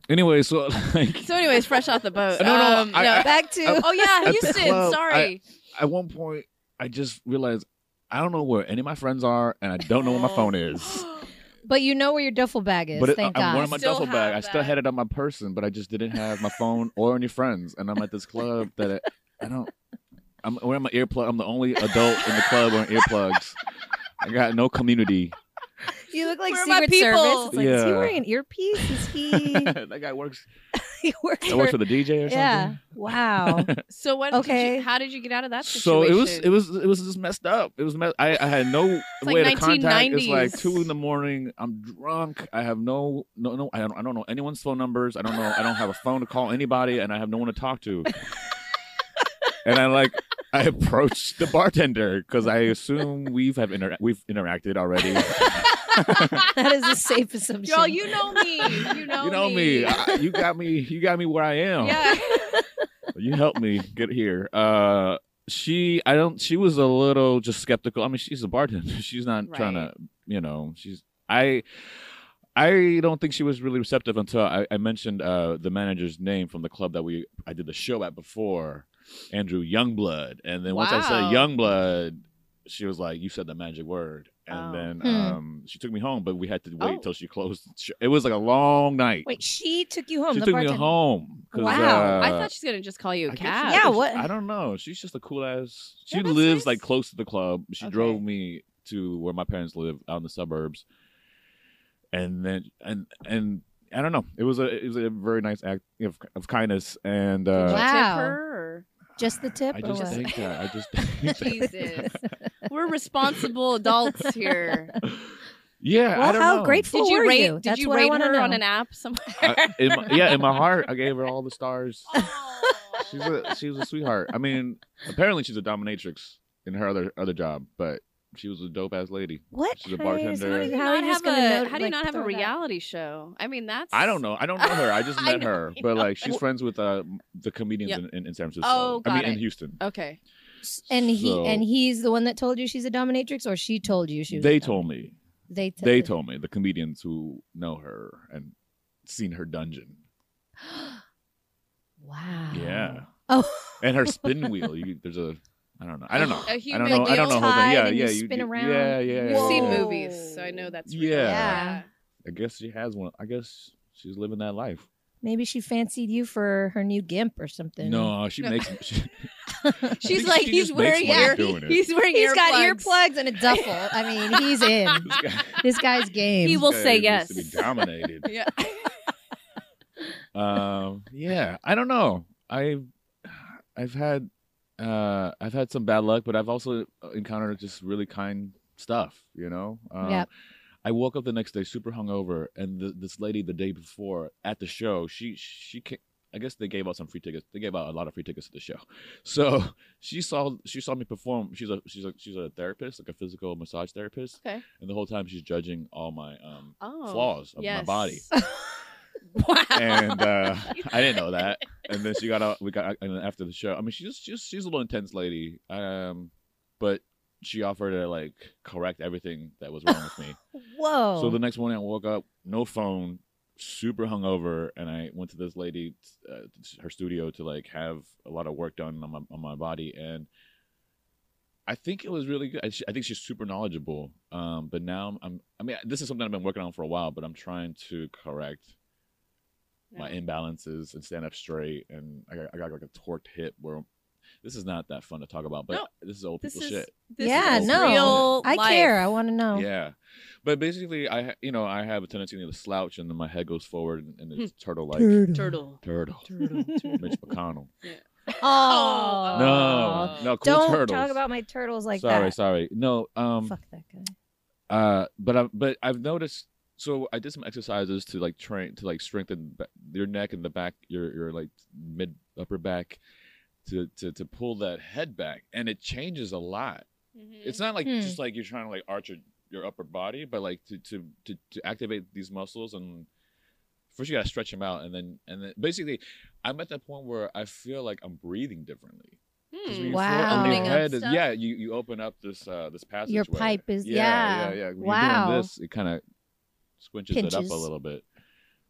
S4: Anyway, so (laughs) like
S1: So, anyways, fresh off the boat.
S4: (laughs) No, no,
S1: Um,
S4: I- I-
S3: back to
S1: (laughs)
S4: (laughs)
S1: oh yeah,
S4: the
S1: Houston.
S4: club,
S1: sorry.
S4: at one point, I just realized I don't know where any of my friends are, and I don't
S1: (laughs)
S4: know where my phone is.
S3: but you know where your duffel bag is.
S4: But it, uh, I-
S3: thank
S4: I'm
S3: God.
S4: wearing my
S1: Still
S4: duffel
S1: have
S4: bag. I still
S1: that.
S4: had it on my person, but I just didn't have my phone or any friends. And I'm at this club that I, I don't. I'm wearing my earplug. I'm the only adult in the club wearing earplugs. I got no community. (laughs)
S3: (laughs) you look like
S1: Where are my
S3: Secret Service.
S1: people?
S3: It's like, Is he
S4: Yeah.
S3: wearing an earpiece? Is he? (laughs)
S4: that guy works.
S3: he works
S4: That works
S3: for-
S4: for the DJ or something.
S3: yeah. Wow.
S1: (gasps) so what? Did
S3: Okay.
S1: you, how did you get out of that
S4: So
S1: situation?
S4: it was it was it was just messed up. It was mess- I I had
S1: (laughs)
S4: no
S1: like
S4: way to contact. It's
S1: 1990s.
S4: like two in the morning. I'm drunk. I have no no no. I don't, I don't know anyone's phone numbers. I don't know. I don't have a phone to call anybody, and I have no one to
S1: (laughs)
S4: talk to. and I like I approached the bartender because I assume we've have inter- we've
S1: (laughs)
S4: interacted already. (laughs)
S3: that is a safe assumption.
S1: Y'all, you
S3: (laughs)
S1: know me. You know,
S4: you know me. I- you got me. You got me where I am.
S1: Yeah.
S4: you helped me get here. Uh, she, I don't. She was a little just skeptical. I mean, she's a bartender. (laughs) She's not trying to,
S1: Right.
S4: you know. She's I, I don't think she was really receptive until I, I mentioned uh, the manager's name from the club that we I did the show at before, Andrew Youngblood. And then once I said
S1: Wow.
S4: Youngblood, she was like, "You said the magic word." And
S1: Oh.
S4: then
S3: Hmm.
S4: um, she took me home, but we had to wait
S1: Oh.
S4: till she closed. the show. It was like a long night.
S3: Wait, she took you home.
S4: she
S3: the
S4: took
S3: bartender.
S4: me
S1: (laughs)
S4: home. 'cause,
S3: Wow.
S1: I
S4: uh,
S1: thought she's gonna just call you a
S4: I guess
S1: cab.
S3: Yeah,
S4: she- I guess she-
S3: what-
S4: I don't know. She's just a cool ass. She
S1: Yeah, that's
S4: lives
S1: nice.
S4: like close to the club. She
S1: Okay.
S4: drove me to where my parents live out in the suburbs, and then and and I don't know. It was a it was a very nice act of, of kindness, and
S1: Did you
S4: uh,
S3: Wow.
S1: tip her?
S3: Just the tip.
S4: I
S3: or
S4: just
S3: what?
S4: think that I
S3: (laughs)
S4: just think
S1: Or?
S4: that-
S1: Jesus, (laughs) we're responsible
S3: (laughs)
S1: adults here.
S4: (laughs) yeah. (laughs) I
S3: well,
S4: don't
S3: how
S4: know.
S3: grateful
S1: Did you
S3: were
S1: rate?
S3: you?
S1: Did
S3: That's
S1: you
S3: what I
S1: rate
S3: want to
S1: her
S3: know.
S1: on an app
S3: (laughs)
S1: somewhere?
S4: I- in my- yeah, in my heart, I gave her all the stars.
S1: Oh.
S4: She's a she was a sweetheart. I mean, apparently she's a dominatrix in her other other job, but she was a dope ass lady.
S3: What?
S4: She's a
S3: How are you-
S4: bartender.
S3: how are you
S1: How do you not have
S3: just gonna
S1: a,
S3: know-
S1: how do you
S3: like,
S1: not have a
S3: throw that-
S1: reality show? I mean, that's
S4: I don't know. I don't know her. I just
S1: (laughs) I
S4: met
S1: know,
S4: her,
S1: I
S4: but
S1: know.
S4: like she's friends with uh, the comedians
S1: Yep.
S4: in, in, in San Francisco.
S1: Oh,
S4: I mean,
S1: got
S4: in
S1: it.
S4: Houston.
S1: Okay.
S3: And he
S4: So,
S3: and he's the one that told you she's a dominatrix, or she told you she was. a
S4: they
S3: dominatrix?
S4: told me.
S3: They t-
S4: They told me the comedians who know her and seen her dungeon.
S3: (gasps) Wow.
S4: Yeah,
S3: Oh.
S4: and her spin wheel. You, there's a. I don't know. I don't know.
S1: A
S4: I
S1: human
S4: don't know. I don't know.
S1: wheel
S4: Hold on.
S3: tied
S4: Yeah,
S3: and you
S4: yeah.
S3: spin
S4: do-
S3: around.
S4: Yeah, yeah.
S1: I've seen
S4: yeah.
S3: Whoa.
S1: movies, so I know that's real.
S4: Yeah.
S3: Yeah.
S4: I guess she has one. I guess she's living that life.
S3: (laughs) Maybe she fancied you for her new gimp or something.
S4: No, she
S1: No.
S4: makes. She,
S1: (laughs) She's
S4: (laughs) She
S1: like
S4: just
S1: he's
S4: makes
S1: wearing
S4: money
S1: ear,
S4: doing it.
S1: he's wearing
S3: He's
S1: earplugs.
S3: got
S4: (laughs)
S3: earplugs and a duffel. I mean, he's in.
S1: (laughs)
S4: this guy,
S3: This guy's game.
S1: He will
S4: this guy
S1: say
S4: needs
S1: yes.
S4: To be dominated.
S1: Yeah. (laughs)
S4: um yeah i don't know i've i've had uh i've had some bad luck but i've also encountered just really kind stuff you know um,
S3: Yep.
S4: i woke up the next day super hungover and th- this lady the day before at the show she she ca- I guess they gave out some free tickets. They gave out a lot of free tickets to the show. (laughs) So she saw she saw me perform. She's a she's a she's a therapist, like a physical massage therapist.
S1: Okay.
S4: And the whole time she's judging all my um
S1: Oh.
S4: flaws of my
S1: yes. (laughs)
S4: body
S1: wow.
S4: and uh, I didn't know that. And then she got out. We got uh, and then after the show. I mean, she's she's she's a little intense lady. Um, but she offered to like correct everything that was wrong with me.
S3: Whoa.
S4: So the next morning, I woke up, no phone, super hungover, and I went to this lady, uh, her studio, to like have a lot of work done on my on my body, and I think it was really good. I, sh- I think she's super knowledgeable. Um, but now I'm, I'm, I mean, this is something I've been working on for a while, but I'm trying to correct my imbalances and stand up straight and I got, I got like a torqued hip where this is not that fun to talk about but
S1: No.
S4: this is old
S1: This
S4: people
S1: is,
S4: shit
S1: this
S3: Yeah,
S1: is
S4: no.
S1: real
S3: I
S1: life.
S3: care. I want to know.
S4: yeah but basically i ha- you know i have a tendency to slouch and then my head goes forward and, and it's turtle like
S1: Turtle.
S4: turtle
S3: Hmm. Turtle.
S4: mitch mcconnell (laughs)
S3: Oh.
S4: no no cool
S3: Don't
S4: turtles
S3: talk about my turtles like
S4: sorry
S3: that.
S4: sorry no um
S3: Fuck that guy.
S4: uh but i but i've noticed so i did some exercises to like train to like strengthen ba- your neck and the back your your like mid upper back to, to to pull that head back and it changes a lot
S1: Mm-hmm.
S4: it's not like
S3: Hmm.
S4: just like you're trying to like arch your, your upper body but like to, to to to activate these muscles and first you gotta stretch them out and then and then basically i'm at that point where i feel like i'm breathing differently
S1: Hmm.
S4: 'Cause when you float-
S3: Hmm, Wow.
S4: and your
S3: Opening up
S4: head is-
S1: stuff?
S4: yeah you you open up this uh this passage
S3: Your pipe is- yeah.
S4: yeah yeah, When you're
S3: Wow.
S4: doing this it kind of squinches it up
S3: Pinches.
S4: a little bit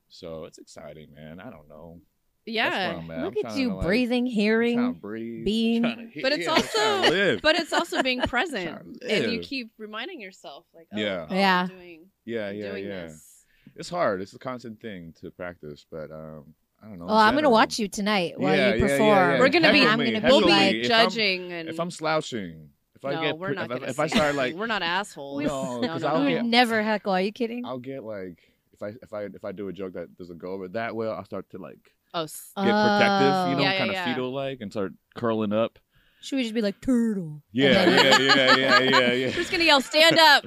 S4: so it's exciting man i don't know That's where
S1: Yeah.
S4: I'm at. I'm
S3: Look at
S4: trying
S3: you
S4: to, like,
S3: breathing,
S4: I'm trying
S3: hearing.
S4: to breathe,
S3: being-
S4: trying to hit-
S1: But it's
S4: yeah, I'm trying to
S1: also-
S4: live.
S1: But it's also
S4: (laughs)
S1: being
S4: Trying
S1: present.
S4: to
S1: And you
S4: live.
S1: keep reminding yourself, like, oh,
S4: Yeah.
S1: oh,
S3: Yeah.
S1: I'm doing,
S4: yeah
S1: I'm
S4: yeah
S1: doing
S4: yeah
S1: this.
S4: it's hard. It's a constant thing to practice, but um, I don't know.
S3: Oh, I'm gonna watch you tonight while
S4: Yeah, yeah,
S3: you
S4: yeah,
S3: perform.
S4: yeah.
S1: We're gonna be-
S3: I'm
S4: Heckle
S3: gonna
S4: me,
S1: We'll
S3: be
S4: heckle me.
S3: like,
S1: be
S4: If I'm-
S1: judging and
S4: If I'm slouching, if I
S1: no,
S4: get,
S1: we're
S4: pre-
S1: not
S4: if, I-
S1: gonna
S4: if I
S1: say
S4: start
S1: anything.
S4: like,
S1: we're not assholes.
S4: No, 'cause
S1: no,
S4: I'll
S1: no.
S3: you
S4: get-
S3: never heckle. Are you kidding?
S4: I'll get like, if I if I if I do a joke that doesn't go over that well, I'll start to like
S1: Oh, s-
S4: get protective, you know,
S1: Yeah, Oh, yeah,
S4: kind of
S1: yeah.
S4: fetal like, and start curling up.
S3: Oh. Should we just be like turtle?
S4: Yeah,
S3: And then-
S4: yeah,
S1: (laughs)
S4: yeah, yeah, yeah, yeah.
S1: we're just
S4: (laughs)
S1: gonna yell, stand up,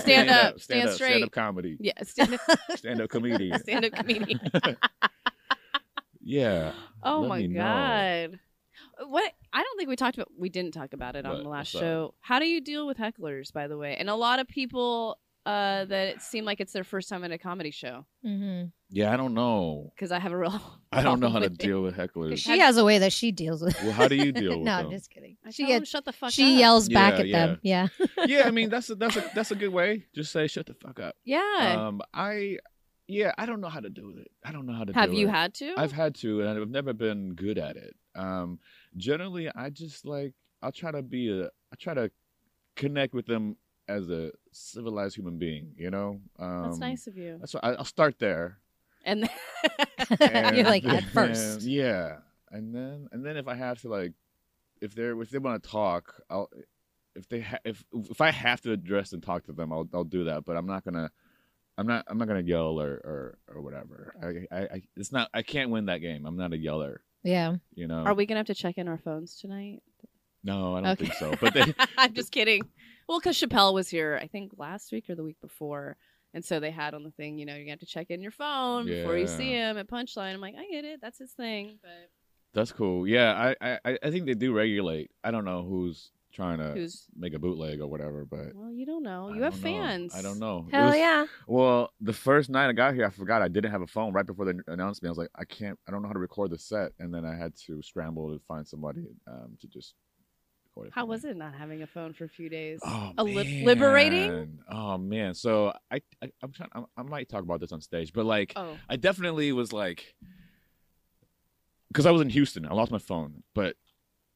S4: Stand,
S1: up, stand
S4: stand up,
S1: straight.
S4: stand
S1: (laughs)
S4: up comedy,
S1: yeah, stand up,
S4: stand up comedian.
S1: stand up comedian.
S4: Yeah,
S1: Oh
S4: Let
S1: my
S4: me know.
S1: god, what? I don't think we talked about. We didn't talk about it on
S4: What?
S1: the last
S4: What's that?
S1: show. How do you deal with hecklers, by the way? And a lot of people uh, that it seem like it's their first time at a comedy show
S3: (laughs) Mhm.
S4: yeah. I don't know.
S1: because I have a real.
S4: (laughs) I don't know how to
S1: problem with it.
S4: deal with
S3: 'Cause
S4: hecklers.
S3: She has a way that she deals with.
S4: Well, how do
S3: (laughs)
S4: you deal with
S3: no,
S4: them?
S3: just kidding.
S1: (laughs) I
S3: She
S1: tell them,
S3: gets.
S1: shut the fuck
S3: She
S1: up.
S3: yells back
S4: Yeah,
S3: at them. Yeah. (laughs)
S4: yeah, I mean that's a, that's a that's a good way. Just say shut the fuck up.
S1: Yeah.
S4: Um, I yeah, I don't know how to do it. I don't know how to.
S1: have
S4: do
S1: you
S4: it.
S1: had to?
S4: I've had to, and I've never been good at it. Um, generally, I just like I'll try to be a I try to connect with them as a civilized human being. You know, um,
S1: That's nice of you.
S4: That's what I, I'll start there.
S1: And
S4: (laughs)
S1: then,
S3: (laughs)
S4: And
S3: You're like
S4: (laughs)
S3: at
S4: then-
S3: first.
S4: yeah, and then and then if I have to like, if they're if they want to talk, I'll if they ha- if if I have to address and talk to them, I'll I'll do that. But I'm not gonna. I'm not. I'm not gonna yell or or, or whatever. I, I, I. It's not. I can't win that game. I'm not a yeller.
S3: Yeah.
S4: You know.
S1: are we gonna have to check in our phones tonight?
S4: No, I don't
S1: Okay.
S4: think so. But
S1: (laughs)
S4: they.
S1: I'm
S4: (laughs)
S1: just kidding. Well, because Chappelle was here, I think last week or the week before, and so they had on the thing, you know, you have to check in your phone before you
S4: Yeah.
S1: see him at Punchline. I'm like, I get it, that's his thing, but
S4: That's cool. Yeah, I, I- I. I think they do regulate. I don't know who's trying to
S1: who's
S4: make a bootleg or whatever, but.
S1: well, you don't know.
S4: Uh, I
S1: You have
S4: don't know.
S1: fans.
S4: I don't know. It
S3: Hell
S4: was-
S3: yeah.
S4: Well, the first night I got here, I forgot I didn't have a phone right before they announced me. I was like, I can't, I don't know how to record the set. And then I had to scramble to find somebody um, to just record it.
S1: How
S4: for me.
S1: was it not having a phone for a few days?
S4: Oh,
S1: A li- liberating?
S4: man. Oh, man. So I, I, I'm trying, I, I might talk about this on stage, but like,
S1: Oh,
S4: I definitely was like, because I was in Houston, I lost my phone, but,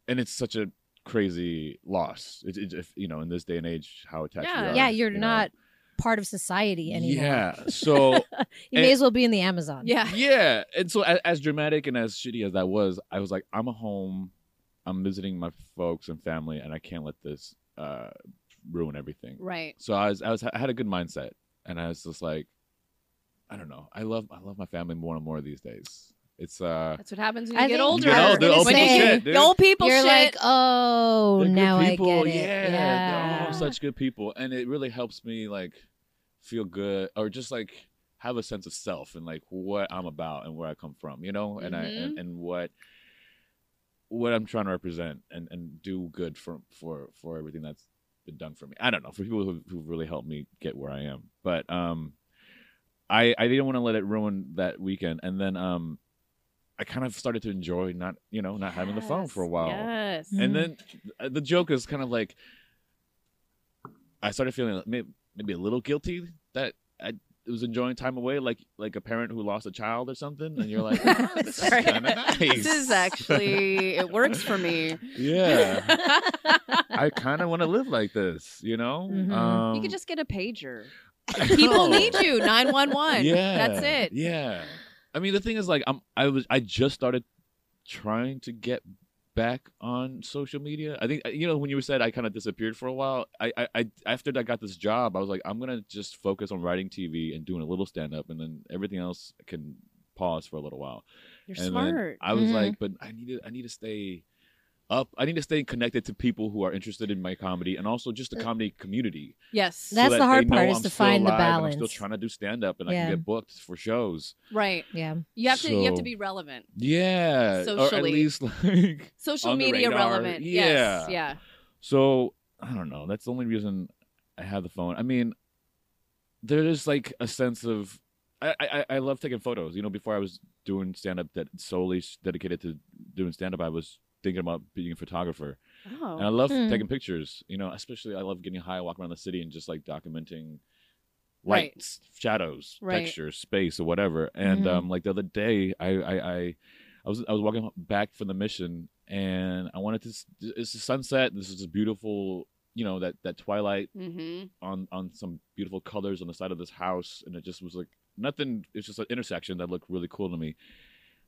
S4: and it's such a crazy loss. It, it, if, you know, in this day and age, how attached we
S1: Yeah.
S4: are,
S3: Yeah. You're
S4: you know?
S3: not part of society anymore.
S4: Yeah. So
S3: (laughs)
S4: eh,
S3: You may
S4: And-
S3: as well be in the Amazon.
S1: yeah.
S4: yeah, and so as, as dramatic and as shitty as that was, I was like, I'm home, I'm visiting my folks and family, and I can't let this uh, ruin everything.
S1: Right.
S4: So I was, I was, I had a good mindset, and I was just like, I don't know, I love, I love my family more and more these days. It's uh,
S1: That's what happens when
S3: I
S1: you get
S3: think-
S1: older.
S4: You get older,
S1: When
S4: old
S1: you
S4: people
S1: get-
S4: shit, dude.
S1: the old people
S3: You're
S1: shit.
S3: like, oh,
S4: they're good
S3: now I
S4: people.
S3: get it.
S4: Yeah,
S3: Yeah.
S4: they're
S3: (laughs)
S4: all such good people, and it really helps me like feel good or just like have a sense of self and like what I'm about and where I come from, you know, and I
S3: Mm-hmm.
S4: and, and what what I'm trying to represent and and do good for for for everything that's been done for me. I don't know for people who who really helped me get where I am, but um, I I didn't want to let it ruin that weekend, and then um, I kind of started to enjoy not you know not having the phone for a
S1: Yes,
S4: while.
S1: Yes.
S3: Mm.
S4: And then uh, the joke is kind of like I started feeling maybe, maybe a little guilty that I was enjoying time away, like like a parent who lost a child or something, and
S1: (laughs)
S4: you're like, "Oh, this is
S1: Sorry.
S4: kind of nice.
S1: This is actually it works for me.
S4: yeah.
S1: (laughs)
S4: I kind of want to live like this, you know.
S3: Mhm.
S4: Um,
S1: Mm-hmm. you could
S4: (laughs)
S1: just get a pager. People need you. Nine one one.
S4: Yeah,
S1: That's it.
S4: Yeah, I mean, the thing is, like, I'm I was I just started trying to get back on social media. I think you know when you said I kind of disappeared for a while. I, I I after I got this job, I was like, I'm gonna just focus on writing TV and doing a little stand up, and then everything else can pause for a little while.
S1: You're
S4: and then
S1: smart. Mm-hmm.
S4: I was
S3: Mhm.
S4: like, but I need to I need to stay up. I need to stay connected to people who are interested in my comedy and also just the comedy community.
S1: yes.
S4: so
S3: That's
S4: that
S3: the hard
S4: they know
S3: part is
S4: I'm
S3: to
S4: still
S3: find the
S4: alive and I'm still
S3: balance.
S4: trying to do stand up and I
S3: Yeah.
S4: can get booked for shows.
S1: right.
S3: Yeah.
S1: You have to you have to
S4: So-
S1: be relevant.
S4: Yeah, or at
S1: Socially.
S4: least (laughs) like
S1: Social
S4: On the
S1: media
S4: radar,
S1: relevant. Yes.
S4: yeah.
S1: Yeah.
S4: So I don't know. That's the only reason I have the phone. I mean, there is like a sense of I I, I love taking photos. You know, before I was doing stand up that solely s- dedicated to doing stand up, I was thinking about being a photographer, and I
S1: Oh.
S4: love
S3: Hmm.
S4: taking pictures. You know, especially I love getting high, walking around the city, and just like documenting
S1: Right.
S4: lights, shadows,
S1: Right. Mm-hmm.
S4: texture, space, or whatever. And
S3: Mhm.
S4: um, like the other day, I, I I I was I was walking back from the mission, and I wanted to. s- It's the sunset. This is a beautiful, you know, that that twilight
S1: Mm-hmm.
S4: on on some beautiful colors on the side of this house, and it just was like nothing. It's just an intersection that looked really cool to me,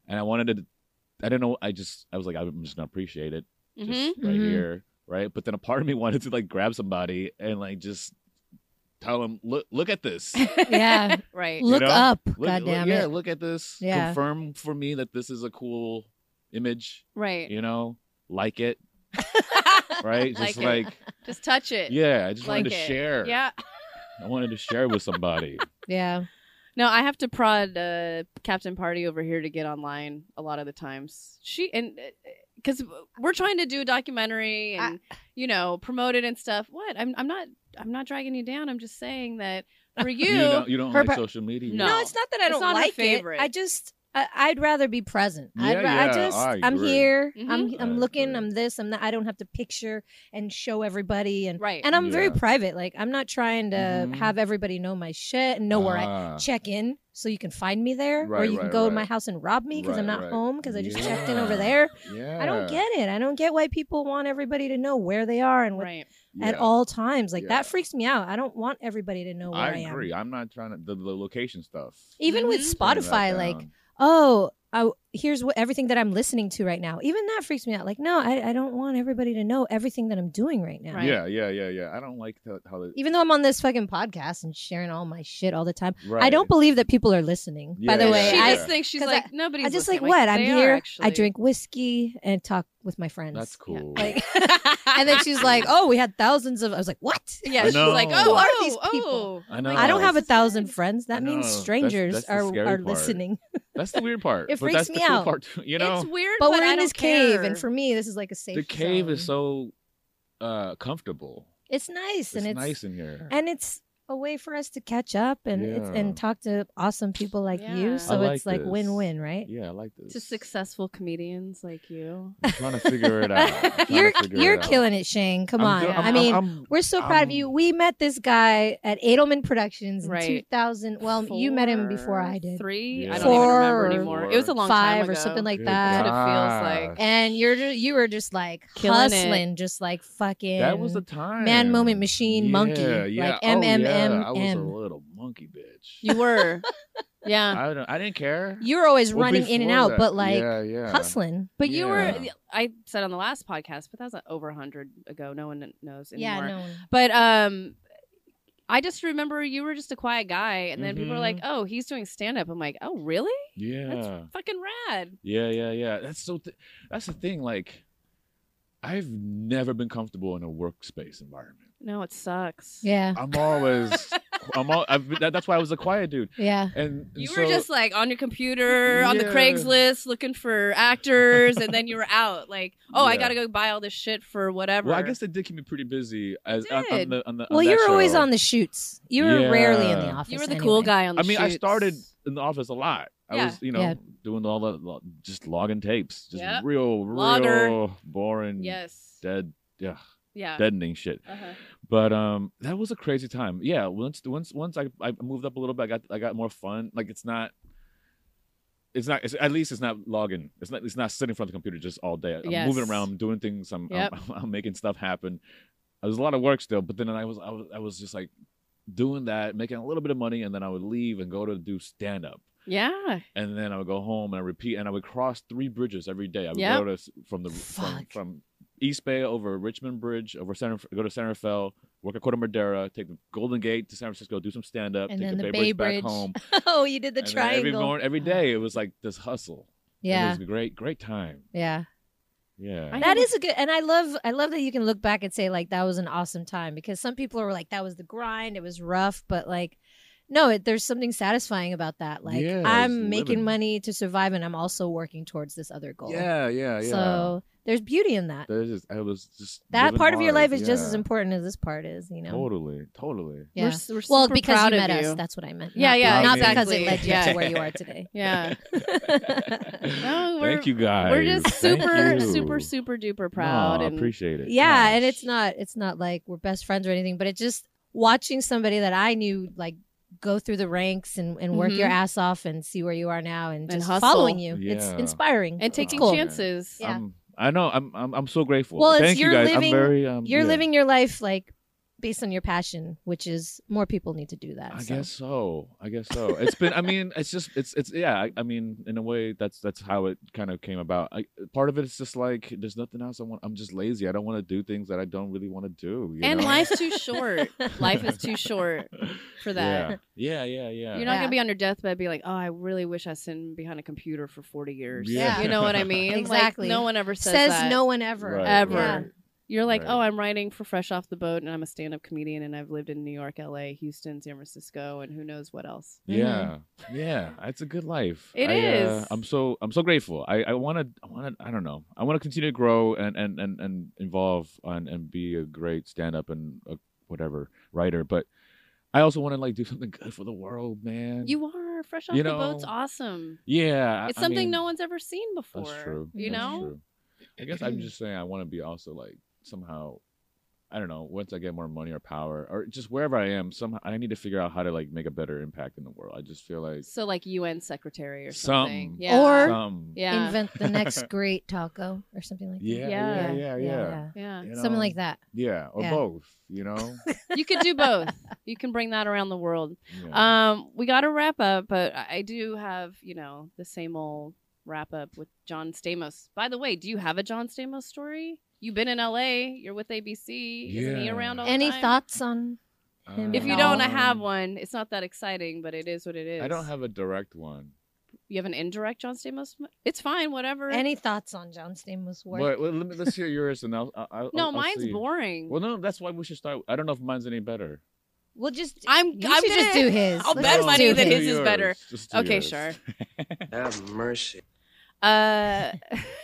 S4: and I wanted to. I don't know. I just I was like I'm just gonna appreciate it
S1: Mm-hmm.
S4: just right
S3: Mhm.
S4: here, right? But then a part of me (laughs) wanted to like grab somebody and like just tell them, look, look at
S3: (laughs)
S4: this. Look, (laughs)
S3: Yeah.
S1: Right.
S3: Look
S4: know?
S3: up.
S4: look-
S3: goddamn
S4: yeah,
S3: it.
S4: look at this.
S3: Yeah.
S4: Confirm for me that this is a cool image.
S1: Right.
S4: You know, like it,
S3: (laughs)
S4: right?
S1: Like
S4: just
S1: it.
S4: like
S1: Just touch it.
S4: yeah, I just
S1: Like
S4: wanted to
S1: it.
S4: share.
S1: Yeah.
S4: I wanted to share
S3: (laughs)
S4: with somebody.
S3: Yeah.
S1: No, I have to prod uh, Captain Party over here to get online a lot of the times. She and because we're trying to do a documentary and you know promote it and stuff. What? I'm I'm not I'm not dragging you down. I'm just saying that for you.
S4: (laughs) you don't, you don't
S3: Her
S4: like
S3: per-
S4: social media.
S1: No.
S3: No, it's not that I
S1: It's
S3: don't
S1: not her
S3: like
S1: favorite.
S3: it. I just I, I'd rather be present. I'd,
S4: Yeah,
S3: ra- I
S4: yeah,
S3: just
S4: I
S3: I'm
S4: agree.
S3: here. I'm
S1: Mhm.
S4: I
S3: I'm looking.
S4: agree.
S3: I'm this. I'm that. I don't have to picture and show everybody and
S1: Right.
S3: and I'm very
S4: Yeah.
S3: private. Like I'm not trying to
S4: Mhm.
S3: have everybody know my shit and know where I
S4: Ah,
S3: check in so you can find me there or
S4: Right,
S3: you can
S4: right,
S3: go to
S4: right.
S3: my house and rob me because I'm
S4: Right,
S3: not
S4: right.
S3: home because I just checked in over
S4: Yeah.
S3: there.
S4: Yeah.
S3: I don't get it. I don't get why people want everybody to know where they are and what
S1: right.
S3: at
S4: Yeah.
S3: all times. Like
S4: Yeah.
S3: that freaks me out. I don't want everybody to know where I,
S4: I
S3: am.
S4: agree. I'm not trying to the, the location stuff.
S3: Even with
S1: Mhm.
S4: Turn that
S3: Spotify, like
S4: down.
S3: oh, I, here's what everything that I'm listening to right now. Even that freaks me out. Like, no, I, I don't want everybody to know everything that I'm doing right now.
S1: Right.
S4: Yeah, yeah, yeah, yeah. I don't like the, how the,
S3: Even though I'm on this fucking podcast and sharing all my shit all the time,
S4: right.
S3: I don't believe that people are listening. By the
S4: Yeah,
S3: way,
S1: she
S3: I,
S1: just thinks she's
S3: 'cause
S1: like nobody's.
S3: I just like
S1: listening.
S3: what I'm
S1: they are,
S3: here. I
S1: actually.
S3: drink whiskey and talk with my friends. (laughs)
S4: That's cool.
S3: Like,
S1: (laughs)
S3: and then she's like, "Oh, we had thousands of." I was like, "What?"
S1: (laughs) Yeah,
S4: I
S1: she's like,
S4: know.
S1: oh,
S3: Who are
S1: oh,
S3: these people?
S1: Oh.
S4: I know.
S3: I don't
S4: No.
S3: have a
S1: This is good.
S3: thousand friends. That
S4: I know.
S3: means
S4: That's-
S3: strangers
S4: that's the
S3: are
S4: scary
S3: are
S4: part.
S1: (laughs)
S3: listening.
S4: (laughs) That's the weird part.
S3: It
S4: but
S3: freaks
S4: that's
S3: me
S4: the cool
S3: out.
S4: Part, too, you know,
S1: it's weird. I
S3: But, we're in
S1: don't
S3: this cave,
S1: care.
S3: and for me, this is like a safe.
S4: the cave is
S3: zone.
S4: so uh comfortable.
S3: It's nice,
S4: It's,
S3: and it's
S4: nice in here.
S3: and it's a way for us to catch up and it's,
S4: Yeah.
S3: and talk to awesome people like
S1: Yeah. I
S3: you. So it's
S4: like
S3: like
S4: this.
S3: win-win, right?
S4: yeah, I like this.
S1: to successful comedians like you.
S4: I'm trying to
S3: (laughs)
S4: figure it out. I'm trying to
S3: You're
S4: figure it
S3: you're
S4: out.
S3: killing it, Shane. Come
S4: I'm
S3: on.
S4: do- I'm-
S3: I mean,
S4: I'm- I'm-
S3: we're so proud of
S4: I'm-
S3: you. We met this guy at Edelman Productions
S1: Um, Right.
S3: in 2000. Well, you met him before I did.
S1: Three,
S4: Yeah.
S1: I don't even remember
S3: Four.
S1: anymore. It was a long time
S3: Five
S1: ago.
S3: or something like
S4: Good
S3: that.
S1: That's what it feels like.
S4: gosh.
S3: And you're ju- you were just like
S1: Killing it.
S3: hustling, just like fucking
S4: that was the time.
S3: man, moment, machine,
S4: yeah,
S3: monkey,
S4: Yeah,
S3: like
S4: oh, yeah. I was a
S3: MMMM.
S4: little monkey bitch.
S1: (laughs) You were,
S3: (laughs)
S1: yeah.
S4: I don't. I didn't care.
S3: you're always
S4: Well,
S3: uh, running in and
S4: before
S3: out,
S4: that-
S3: but like
S4: yeah, yeah.
S3: hustling.
S1: But you were,
S4: Yeah.
S1: I said on the last podcast, but that was like over 100 ago. No one knows anymore.
S3: Yeah, no.
S1: But um, I just remember you were just a quiet guy. And then people were
S4: Mhm.
S1: like, oh, he's doing stand up. I'm like, oh, really?
S4: Yeah.
S1: That's fucking rad.
S4: Yeah, yeah, yeah. That's so. Th- that's the thing. Like, I've never been comfortable in a workspace environment.
S1: No, it sucks.
S3: Yeah,
S4: I'm always.
S1: (laughs)
S4: I'm all. I've, been- that, that's why I was a quiet dude.
S3: yeah.
S4: And, and
S1: You
S4: so,
S1: were just like on your computer, on the
S4: Yeah.
S1: Craigslist, looking for actors, and then you
S4: (laughs)
S1: were out. Like, oh, I
S4: Yeah.
S1: gotta go buy all this shit for whatever.
S4: Well, I guess it did keep me pretty busy. As on, on
S1: did.
S4: the on the. on
S3: Well, you
S4: that
S3: were always
S4: show.
S3: on the shoots. You were rarely in the
S4: Oh, Yeah.
S3: office.
S1: you were the cool
S3: anyway.
S1: guy on the
S4: I mean, I
S1: shoots.
S4: started in the office a lot. I
S1: Yeah.
S4: was, you know,
S3: Yeah.
S4: doing all the lo- just logging tapes, just
S1: Yep.
S4: real,
S1: Logger.
S4: real boring,
S1: Yes.
S4: dead, yeah,
S1: Yeah.
S4: deadening shit.
S1: Uh-huh.
S4: But um, that was a crazy time. Yeah, once once once I, I moved up a little bit, I got I got more fun. Like it's not, it's not. It's, at least it's not logging. It's not. It's not sitting in front of the computer just all day. I'm
S1: Yes.
S4: moving around. I'm doing things. I'm,
S1: Yep.
S4: (laughs) I'm I'm making stuff happen. There's a lot of work still, but then I was I was I was just like doing that, making a little bit of money, and then I would leave and go to do stand up.
S1: Yeah.
S4: and then I would go home and I repeat, and I would cross three bridges every day. I would
S1: Yep.
S4: go to s- from the from,
S3: Fuck.
S4: from East Bay over Richmond Bridge over Center, go to Santa Fe, work at Corte Madera, take the Golden Gate to San Francisco, do some stand up,
S3: And
S4: take
S3: then
S4: the
S3: the Bay
S4: Bay, Bridge,
S3: Bridge.
S4: back home.
S3: oh, you did (laughs) the
S4: and then
S3: triangle.
S4: every morning, every day, it was like this hustle.
S3: yeah,
S4: and it was a great, great time.
S3: yeah.
S4: Yeah,
S1: I
S3: That
S1: know.
S3: is a good, and I love, I love that you can look back and say like that was an awesome time because some people are like that was the grind, it was rough, but like, no, it, there's something satisfying about that. Like
S4: Yeah, it's
S3: I'm making
S4: living.
S3: money to survive, and I'm also working towards this other goal.
S4: yeah, yeah, yeah.
S3: So there's beauty in that.
S4: There's just, I was just
S3: That
S4: living
S3: part of your
S4: hard,
S3: life is just
S4: yeah.
S3: as important as this part is, you know.
S4: Totally, totally.
S1: We're,
S3: Yeah.
S1: s- we're
S3: well,
S1: super
S3: because
S1: proud
S3: you
S1: of
S3: met
S1: you.
S3: us. That's what I meant.
S1: Yeah,
S3: Not-
S1: yeah,
S3: Not because
S1: exactly.
S3: it led you
S1: Yeah.
S3: to where you are today.
S4: (laughs)
S3: (laughs)
S1: Yeah. No, we're
S4: Thank you guys.
S1: we're just
S4: Thank
S1: super
S4: you.
S1: super super duper proud
S4: No, I
S1: and
S4: appreciate it.
S3: yeah
S4: Gosh.
S3: and it's not it's not like we're best friends or anything but it just watching somebody that i knew like go through the ranks and, and work your
S1: Mhm.
S3: ass off and see where you are now and,
S1: And
S3: just
S1: hustle.
S3: following you it's
S4: Yeah.
S3: inspiring
S1: and
S3: It's
S1: taking
S3: cool.
S4: chance-
S1: chances.
S3: Yeah.
S4: I'm- i know. I'm, I'm. I'm so grateful.
S3: Well, it's-
S4: Thank you
S3: you're
S4: guys.
S3: living-
S4: I'm very. Um,
S3: you're
S4: yeah.
S3: living your life like based on your passion which is more people need to do that
S4: I
S3: so.
S4: guess so. I guess so. It's been. I mean, it's just. It's. It's. Yeah. I, I mean, in a way, that's that's how it kind of came about. I, part of it is just like there's nothing else I want. I'm just lazy. I don't want to do things that I don't really want to do. You
S1: and
S4: know? (laughs)
S1: life's too short. Life is too short for that.
S4: Yeah. Yeah. Yeah. yeah.
S1: You're not
S3: Yeah.
S1: gonna be on your deathbed be like, oh, I really wish I sitting behind a computer for 40 years.
S4: Yeah.
S1: You know what I mean? Like,
S3: Exactly.
S1: no one ever says,
S3: says
S1: that.
S3: no one ever
S4: Right,
S1: Ever.
S4: right.
S1: You're like,
S4: Right.
S1: oh, I'm writing for Fresh Off the Boat, and I'm a stand-up comedian, and I've lived in New York, L.A., Houston, San Francisco, and who knows what else.
S3: Mhm.
S4: Yeah, yeah, it's a good life.
S1: Mm-hmm. It
S4: It is.
S1: is.
S4: I'm so I'm so grateful. I I want to I want to I don't know. I want to continue to grow and and and and involve and and be a great stand up and a whatever writer. But I also want to like do something good for the world, man.
S1: You are Fresh Off
S4: You
S1: the Boat's
S4: know,
S1: awesome.
S4: yeah, I-
S1: It's
S4: I
S1: something
S4: mean,
S1: no one's ever seen before.
S4: That's true.
S1: You
S4: that's
S1: know?
S4: true. I guess I'm just saying I want to be also like somehow. I don't know. Once I get more money or power or just wherever I am, somehow I need to figure out how to like make a better impact in the world. I just feel like
S1: So like UN secretary or something.
S4: Something.
S1: Yeah.
S3: Or-
S4: some.
S1: yeah.
S3: invent the
S4: (laughs)
S3: next great taco or something like
S1: Yeah.
S4: Yeah, yeah, yeah, yeah.
S3: that yeah,
S1: yeah.
S4: You
S3: yeah. something
S4: know?
S3: like that
S4: Yeah, or
S3: Yeah.
S4: both,
S1: (laughs)
S4: you know?
S1: You could do
S3: (laughs)
S1: both. You can bring that around the world.
S4: Yeah.
S1: Um, we got to wrap up, but I I do have, you know, the same old wrap up with John Stamos. By the way, do you have a John Stamos story? You've been in LA. You're with ABC. Isn't he
S4: Yeah.
S1: around all the
S3: any
S1: time?
S3: thoughts on him
S1: Um, If you
S3: at
S1: don't, I
S3: all?
S1: have one. It's not that exciting, but it is what it is.
S4: Um, I don't have a direct one.
S1: You have an indirect John Stamos. It's fine. Whatever.
S3: any thoughts on john stamos work
S4: But well, let me, let's hear yours and I'll. I'll, I'll
S1: no,
S4: I'll
S1: mine's
S4: see.
S1: boring.
S4: Well, no, that's why we should start. I don't know if mine's any better.
S3: we'll just
S1: (gasps)
S3: (gasps)
S4: (gasps)
S1: I'm.
S3: You
S1: I'm
S3: should
S1: gonna,
S3: just do his.
S1: I'll
S3: Let's
S1: bet
S3: just
S1: money
S3: do
S1: that
S3: his.
S1: his is
S4: yours.
S1: better.
S4: Just do
S1: Okay,
S4: yours.
S1: sure.
S5: Have mercy.
S3: (laughs)
S1: Uh, (laughs)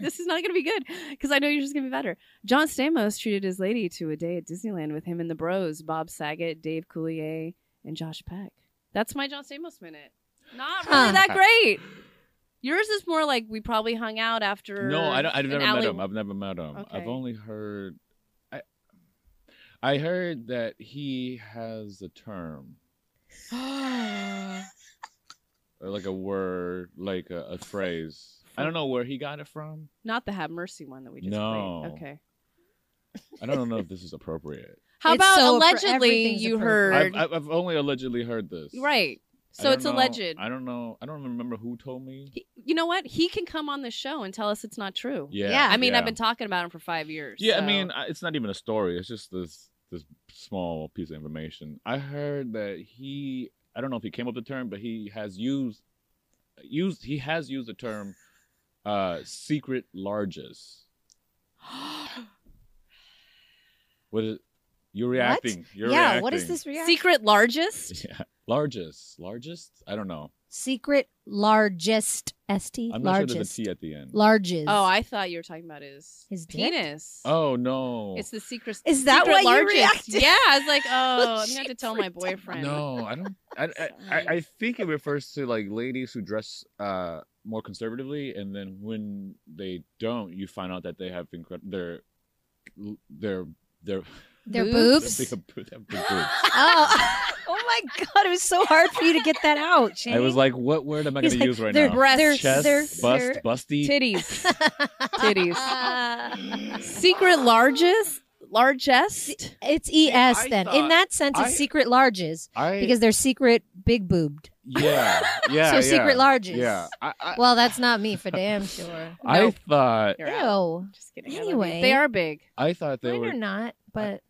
S1: this is not going to be good because I know you're just going to be better. John Stamos treated his lady to a day at Disneyland with him and the bros, Bob Saget, Dave Coulier, and Josh Peck. That's my John Stamos minute. Not really
S3: Huh.
S1: that great. Yours is more like we probably hung out after.
S4: (laughs) No, I don't, I've
S1: an
S4: never
S1: alley-
S4: met him. I've never met him.
S1: Okay.
S4: I've only heard. I, I heard that he has a term. or like a word, like a, a phrase. I don't know where he got it from.
S1: Not the Have Mercy one that we just
S4: No.
S1: played. Okay.
S4: I don't know if this is appropriate.
S1: How
S3: It's
S1: about
S3: so appro-
S1: allegedly
S3: everything's
S1: you
S3: appropriate.
S1: heard?
S4: (laughs) I've, I've, I've only allegedly heard this.
S1: right.
S4: I
S1: So
S4: don't
S1: it's
S4: know-
S1: alleged.
S4: I don't know. I don't remember who told me.
S1: He- you know what? He can come on the show and tell us it's not true.
S4: Yeah.
S3: Yeah.
S1: I mean,
S4: yeah.
S1: I've been talking about him for five years.
S4: Yeah,
S1: so-
S4: I mean, I- it's not even a story. It's just this this small piece of information. I heard that he. I don't know if he came up with the term, but he has used used he has used the term uh secret largest. What is you're reacting? You're
S3: yeah
S4: reacting.
S3: what
S1: (gasps)
S3: is this reaction
S1: secret largest.
S4: (laughs) Yeah. Largest, largest. I don't know.
S3: Secret largest st
S4: I'm not sure there's a
S3: largest
S4: T at the end.
S3: largest.
S1: Oh, I thought you were talking about his
S3: His dick?
S1: penis.
S4: oh no.
S1: It's the secret.
S3: Is that
S1: secret
S3: why you
S1: largest.
S3: reacted?
S1: Yeah, I
S3: (laughs)
S1: was like, oh, I'm gonna have to
S3: She
S1: tell my
S3: freaked out.
S1: boyfriend.
S4: no, I don't. I, I, I, I think it refers to like ladies who dress uh more conservatively, and then when they don't, you find out that they have incredible. They're they're they're (laughs)
S3: their
S1: boobs?
S3: boobs.
S4: They have, boo- they have big (laughs) boobs.
S3: oh. (laughs) oh my god, it was so hard for you to get that out. Shane.
S4: I was like, what word am I
S3: He's
S4: going
S3: like,
S4: to use right
S3: they're
S4: now?
S1: breasts,
S3: They're-
S4: Chest,
S3: they're-
S4: bust, busty.
S1: (laughs)
S3: (laughs)
S1: titties. Titties.
S3: Ah.
S1: secret largest. largest.
S3: (laughs) It's ES
S4: I
S3: then.
S4: thought-
S3: In that sense, it's
S4: I-
S3: secret larges
S4: I
S3: because they're secret big boobed.
S4: yeah
S3: (laughs)
S4: yeah
S3: so
S4: yeah,
S3: secret larges.
S4: Yeah, I I,
S3: Well, that's not me for damn sure.
S4: I
S1: Nope.
S4: thought
S1: You're out.
S3: Ew.
S1: Just kidding. I love you.
S3: Anyway.
S1: they are big.
S4: I thought they
S3: Mine
S4: were.
S3: are not, but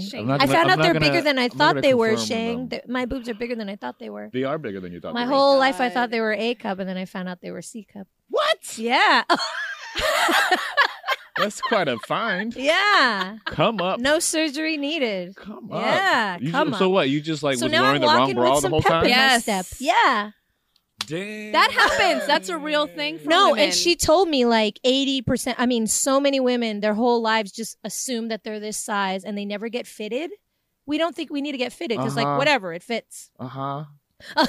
S1: (laughs) Shame.
S4: I'm not
S3: I
S4: gonna-
S3: found
S4: I'm
S3: out
S4: not
S3: they're
S4: gonna-
S3: bigger than I
S4: I'm not
S3: thought
S4: gonna
S3: they were,
S4: confirm them,
S3: Shang.
S4: though.
S3: Th- My boobs are bigger than I thought they were.
S4: They are bigger than you thought.
S3: My
S4: they
S1: Oh my
S4: were.
S3: whole life I thought
S1: God.
S3: they were A cup, and then I found out they were C cup. What? Yeah. (laughs)
S4: That's quite a find. (laughs)
S3: yeah.
S4: Come up.
S3: No surgery needed.
S4: Come up.
S3: Yeah.
S4: You ju-
S3: come
S4: so
S3: on.
S4: what? You just like
S3: So
S4: was
S3: now
S4: wearing
S3: I'm
S4: the wrong
S3: walking
S4: bra
S3: with
S4: the
S3: some
S4: whole
S3: pep
S4: time.
S3: in my
S1: Yes.
S3: step. Yeah.
S4: Damn.
S1: That happens. That's a real thing for
S3: No,
S1: women.
S3: and she told me like 80%. I mean, so many women their whole lives just assume that they're this size and they never get fitted. We don't think we need to get fitted because,
S4: Uh-huh.
S3: like, whatever, it fits.
S4: Uh huh.
S3: (laughs)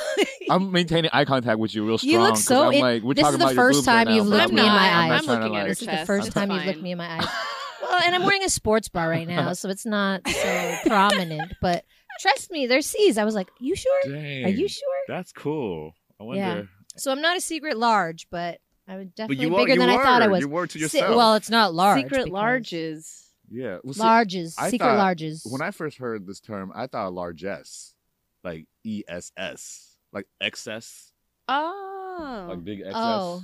S4: I'm maintaining eye contact with you real strong.
S3: You look
S4: 'cause
S3: so
S4: I'm
S3: in-
S4: like, we're
S3: this
S4: talking
S3: is the
S4: about your
S3: first
S4: boobs right
S3: time
S4: now,
S3: you've
S4: but
S3: looked
S4: I'm
S1: I'm
S3: me in
S1: not.
S4: not-
S3: my
S4: I'm
S1: I'm,
S4: not
S3: eyes.
S4: trying to,
S1: looking at her
S4: like-
S3: this is
S1: chest.
S3: the first
S1: It's
S3: time you've
S1: fine.
S3: looked me
S1: (laughs)
S3: in my eyes. (laughs) Well, and I'm wearing a sports bra
S4: (laughs)
S3: right now, so it's not so prominent. But trust me, they're C's. I was like, you sure?
S4: Dang.
S3: Are you sure?
S4: That's cool. I wonder.
S3: Yeah. So I'm not a secret large, but I'm
S4: But
S3: definitely
S4: you
S3: bigger
S4: are, you
S3: than
S4: were,
S3: I thought I was.
S4: You were to
S3: Si-
S4: yourself.
S3: well, it's not large.
S1: secret
S3: because-
S1: larges.
S4: yeah. Well, see,
S3: Larges.
S4: I
S3: secret
S4: thought-
S3: larges.
S4: When I first heard this term, I thought largesse, like E S S, like excess,
S1: Oh.
S4: like big excess.
S3: Oh.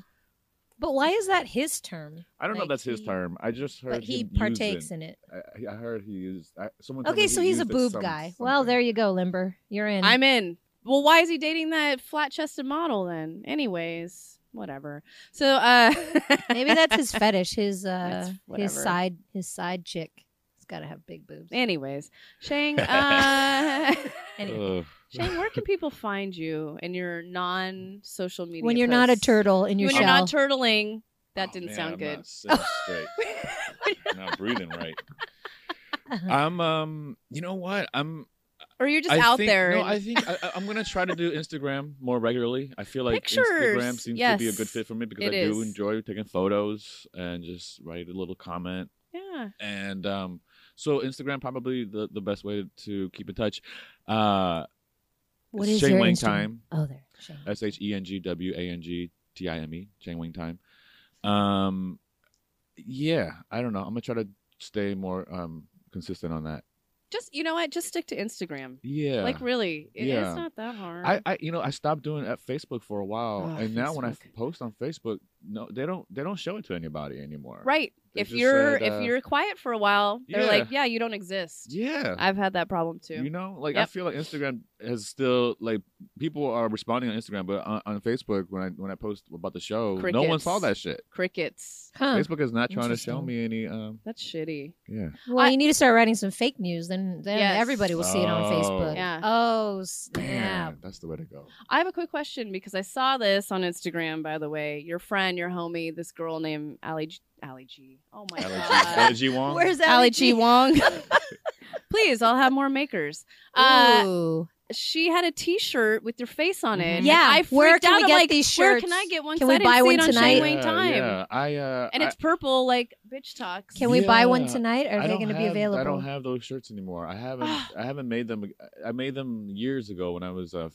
S3: But why is that his term?
S4: I don't know
S3: Like,
S4: if that's his
S3: he-
S4: term. I just heard
S3: But he
S4: him use
S3: partakes
S4: it.
S3: in it.
S4: I, I heard he used. I, someone. told me
S3: Okay,
S4: he
S3: so he's a
S4: used it
S3: boob
S4: some-
S3: guy. Well,
S4: something.
S3: there you go, Limber. You're in.
S1: I'm in. Well, why is he dating that flat-chested model then? Anyways, whatever. So, uh (laughs)
S3: Maybe that's his fetish. His uh,
S1: That's
S3: his
S1: whatever.
S3: side his side chick. He's got to have big boobs.
S1: Anyways,
S4: (laughs)
S1: Shang, uh, (laughs)
S3: Anyway.
S4: Ugh.
S1: Shang, where can people find you in your non-social media?
S3: When you're not a
S1: posts?
S3: turtle in your
S1: When
S3: shell.
S1: you're not turtling, that
S4: Oh,
S1: didn't
S4: man,
S1: sound
S4: I'm
S1: good.
S4: Not
S1: (laughs)
S4: sitting straight. I'm not breathing right. I'm um. You know what? I'm
S1: or you're just
S4: I
S1: out
S4: think-
S1: there.
S4: No,
S1: and-
S4: I think I, I- I'm gonna try to do Instagram more regularly. I feel like Instagram
S1: Pictures,
S4: seems to be a good
S1: yes.
S4: fit for me because
S1: It
S4: I do
S1: is.
S4: enjoy taking photos and just write a little comment.
S1: yeah.
S4: And um, so Instagram probably the, the best way to keep in touch. Uh,
S3: (laughs) what is
S4: Shane
S3: your
S4: Wang
S3: Instagram?
S4: time.
S3: Oh, there. Shane.
S4: S H E N G W A N G T I M E, Chang Wing Time. Um, yeah, I don't know. I'm gonna try to stay more um consistent on that.
S1: Just you know what? Just stick to Instagram.
S4: Yeah,
S1: Like really, it-
S4: Yeah.
S1: it's not that hard.
S4: I, I, you know, I stopped doing it at Facebook for a while,
S1: Ah,
S4: and now when I
S1: Facebook.
S4: post on Facebook, no, they don't, they don't show it to anybody anymore.
S1: right.
S4: They
S1: If
S4: just
S1: you're
S4: said, uh,
S1: if you're quiet for a while, they're
S4: Yeah.
S1: like, yeah, you don't exist.
S4: Yeah.
S1: I've had that problem too.
S4: You know, like I
S1: Yep.
S4: feel like Instagram has still like people are responding on Instagram, but on, on Facebook when I when I post about the show, no one
S1: Crickets.
S4: saw that shit.
S1: Crickets.
S3: Huh.
S4: Facebook is not trying to show
S3: Interesting.
S4: me any. Um,
S1: That's shitty.
S4: yeah.
S3: Well,
S1: I-
S3: you need to start writing some fake news. Then, then
S1: Yes.
S3: everybody will see it on
S4: Oh.
S3: Facebook.
S1: Yeah.
S3: Oh snap!
S4: Damn, that's the way
S1: (laughs)
S4: to go.
S1: I have a quick question because I saw this on Instagram, by the way. Your friend, your homie, this girl named Ali G. Ali G. Oh my
S3: (laughs)
S4: Allergy, (laughs)
S1: God.
S4: allergy Wong.
S3: Where's
S1: Ali
S3: that?
S1: G. Wong. Please, I'll have more makers. (laughs) Uh,
S3: Ooh.
S1: she had a t shirt with your face on
S4: Mm-hmm.
S1: it. and
S3: Yeah,
S1: I freaked
S3: where can
S1: out.
S3: we
S1: I'm
S3: get
S1: like,
S3: these
S1: Where
S3: shirts?
S1: can I get one?
S3: Can
S1: 'Cause
S3: we
S1: I didn't
S3: buy
S1: see
S3: one
S1: it on
S3: tonight?
S1: Shane Wang Time.
S4: Yeah, I. Uh,
S1: And
S4: I-
S1: it's purple, like bitch talks.
S3: Can we buy one
S4: Yeah.
S3: tonight? Are
S4: I
S3: they
S4: don't
S3: going to be
S4: have-
S3: available? Ah.
S4: I don't have those shirts anymore. I haven't. I haven't made them. I made them years ago when I was uh,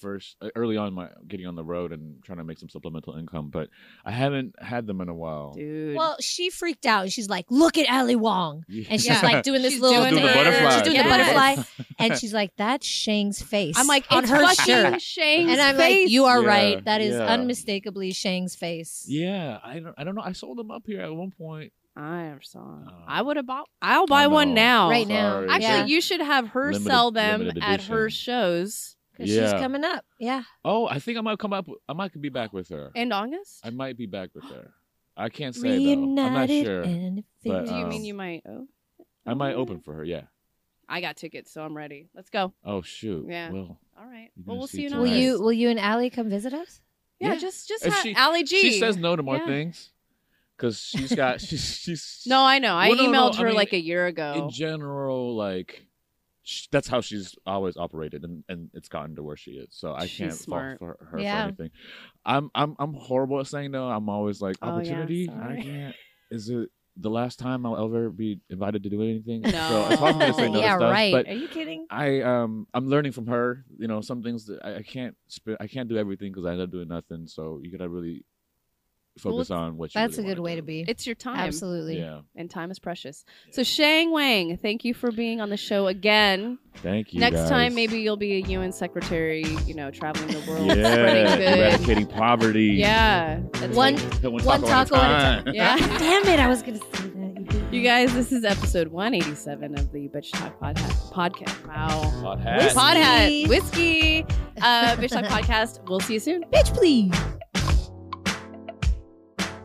S4: first early on my getting on the road and trying to make some supplemental income. But I haven't had them in a while.
S1: Dude.
S3: Well, she freaked out. and She's like, "Look at Ali Wong,"
S4: Yeah.
S3: and she's
S1: Yeah.
S4: (laughs)
S3: like doing this
S1: She's
S3: little
S1: doing
S4: She's doing the
S3: dance,
S4: butterfly.
S3: She's doing the
S1: Yes.
S3: butterfly,
S4: (laughs)
S3: and she's like, "That's Shane's face."
S1: I'm like,
S3: on
S1: it's
S3: her
S1: fucking
S3: shirt,
S1: Shane's
S3: and I'm
S1: face.
S3: like, "You are
S4: Yeah,
S3: right. That is
S4: yeah.
S3: unmistakably Shane's face."
S4: Yeah, I don't. I don't know. I sold them up here at one point.
S1: I never saw. it.
S4: Oh.
S1: I would have bought. I'll buy one
S4: know.
S1: now.
S3: Right now.
S4: Sorry.
S1: Actually,
S3: Yeah.
S1: you should have her
S4: Limited-
S1: sell them
S4: limited
S1: at her
S4: edition.
S1: shows
S3: 'Cause
S4: Yeah.
S3: she's coming up. Yeah,
S4: Oh, I think I might come up. with- I might be back with her.
S1: in August.
S4: I might be back with her. I can't say though. I'm not
S3: reunited
S4: sure.
S3: and it
S4: But,
S3: feels-
S1: Do you
S4: um,
S1: mean you might? Oh,
S4: I might open for her. Yeah.
S1: I got tickets, so I'm ready. Let's go.
S4: Oh should.
S1: Yeah.
S4: Well,
S1: All right.
S4: You're
S1: Well,
S4: gonna
S1: we'll
S4: see
S1: see you in
S4: tonight.
S3: will
S1: August.
S3: you will you and Ali come visit us?
S1: Yeah,
S4: Yeah.
S1: just just
S4: If
S1: ha-
S4: she-
S1: Allie G.
S4: she says no to more
S1: Yeah.
S4: things because she's got. (laughs) She's. she's
S1: (laughs) no, I know. I
S4: Well, no, no,
S1: emailed
S4: I
S1: her
S4: mean,
S1: like a year ago.
S4: in general, like sh that's how she's always operated, and, and it's gotten to where she is. So I
S1: She's
S4: can't
S1: smart.
S4: fault for her
S3: Yeah.
S4: for anything. I'm I'm I'm horrible at saying no. I'm always like
S1: Oh, yeah,
S4: opportunity. I
S1: sorry.
S4: can't. Is it the last time I'll ever be invited to do anything? So
S1: No.
S4: it's hard for me to say no to
S3: yeah,
S4: stuff,
S3: right.
S4: But
S3: Are you kidding?
S4: I um I'm learning from her. You know, some things that I, I can't sp- I can't do everything because I end up doing nothing. So you gotta really focus on what you
S3: That's a
S4: really
S3: good way
S4: wanna
S3: to be.
S4: do.
S1: It's your time.
S3: Absolutely.
S4: Yeah.
S1: And time is precious. So Shang Wang, thank you for being on the show again.
S4: Thank you.
S1: Next
S4: guys.
S1: time, maybe you'll be a UN secretary. You know, traveling the world,
S4: Yeah.
S1: spreading good.
S4: Eradicating poverty.
S1: Yeah.
S4: (laughs)
S1: That's
S3: One, (laughs) one taco at a
S4: time.
S1: Yeah.
S3: damn it! I was gonna say that. You beat me.
S1: You guys, this is episode 187 of the Bitch Talk Podcast. Podcast. Wow.
S4: Hot
S3: Whiskey.
S4: hat.
S1: Pod
S6: (laughs)
S1: hat. Whiskey. Uh, Bitch Talk Podcast. We'll see you soon.
S3: bitch, please.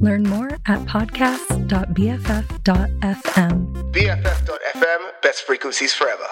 S7: Learn more at podcasts.bff.fm.
S8: BFF.FM, best frequencies forever.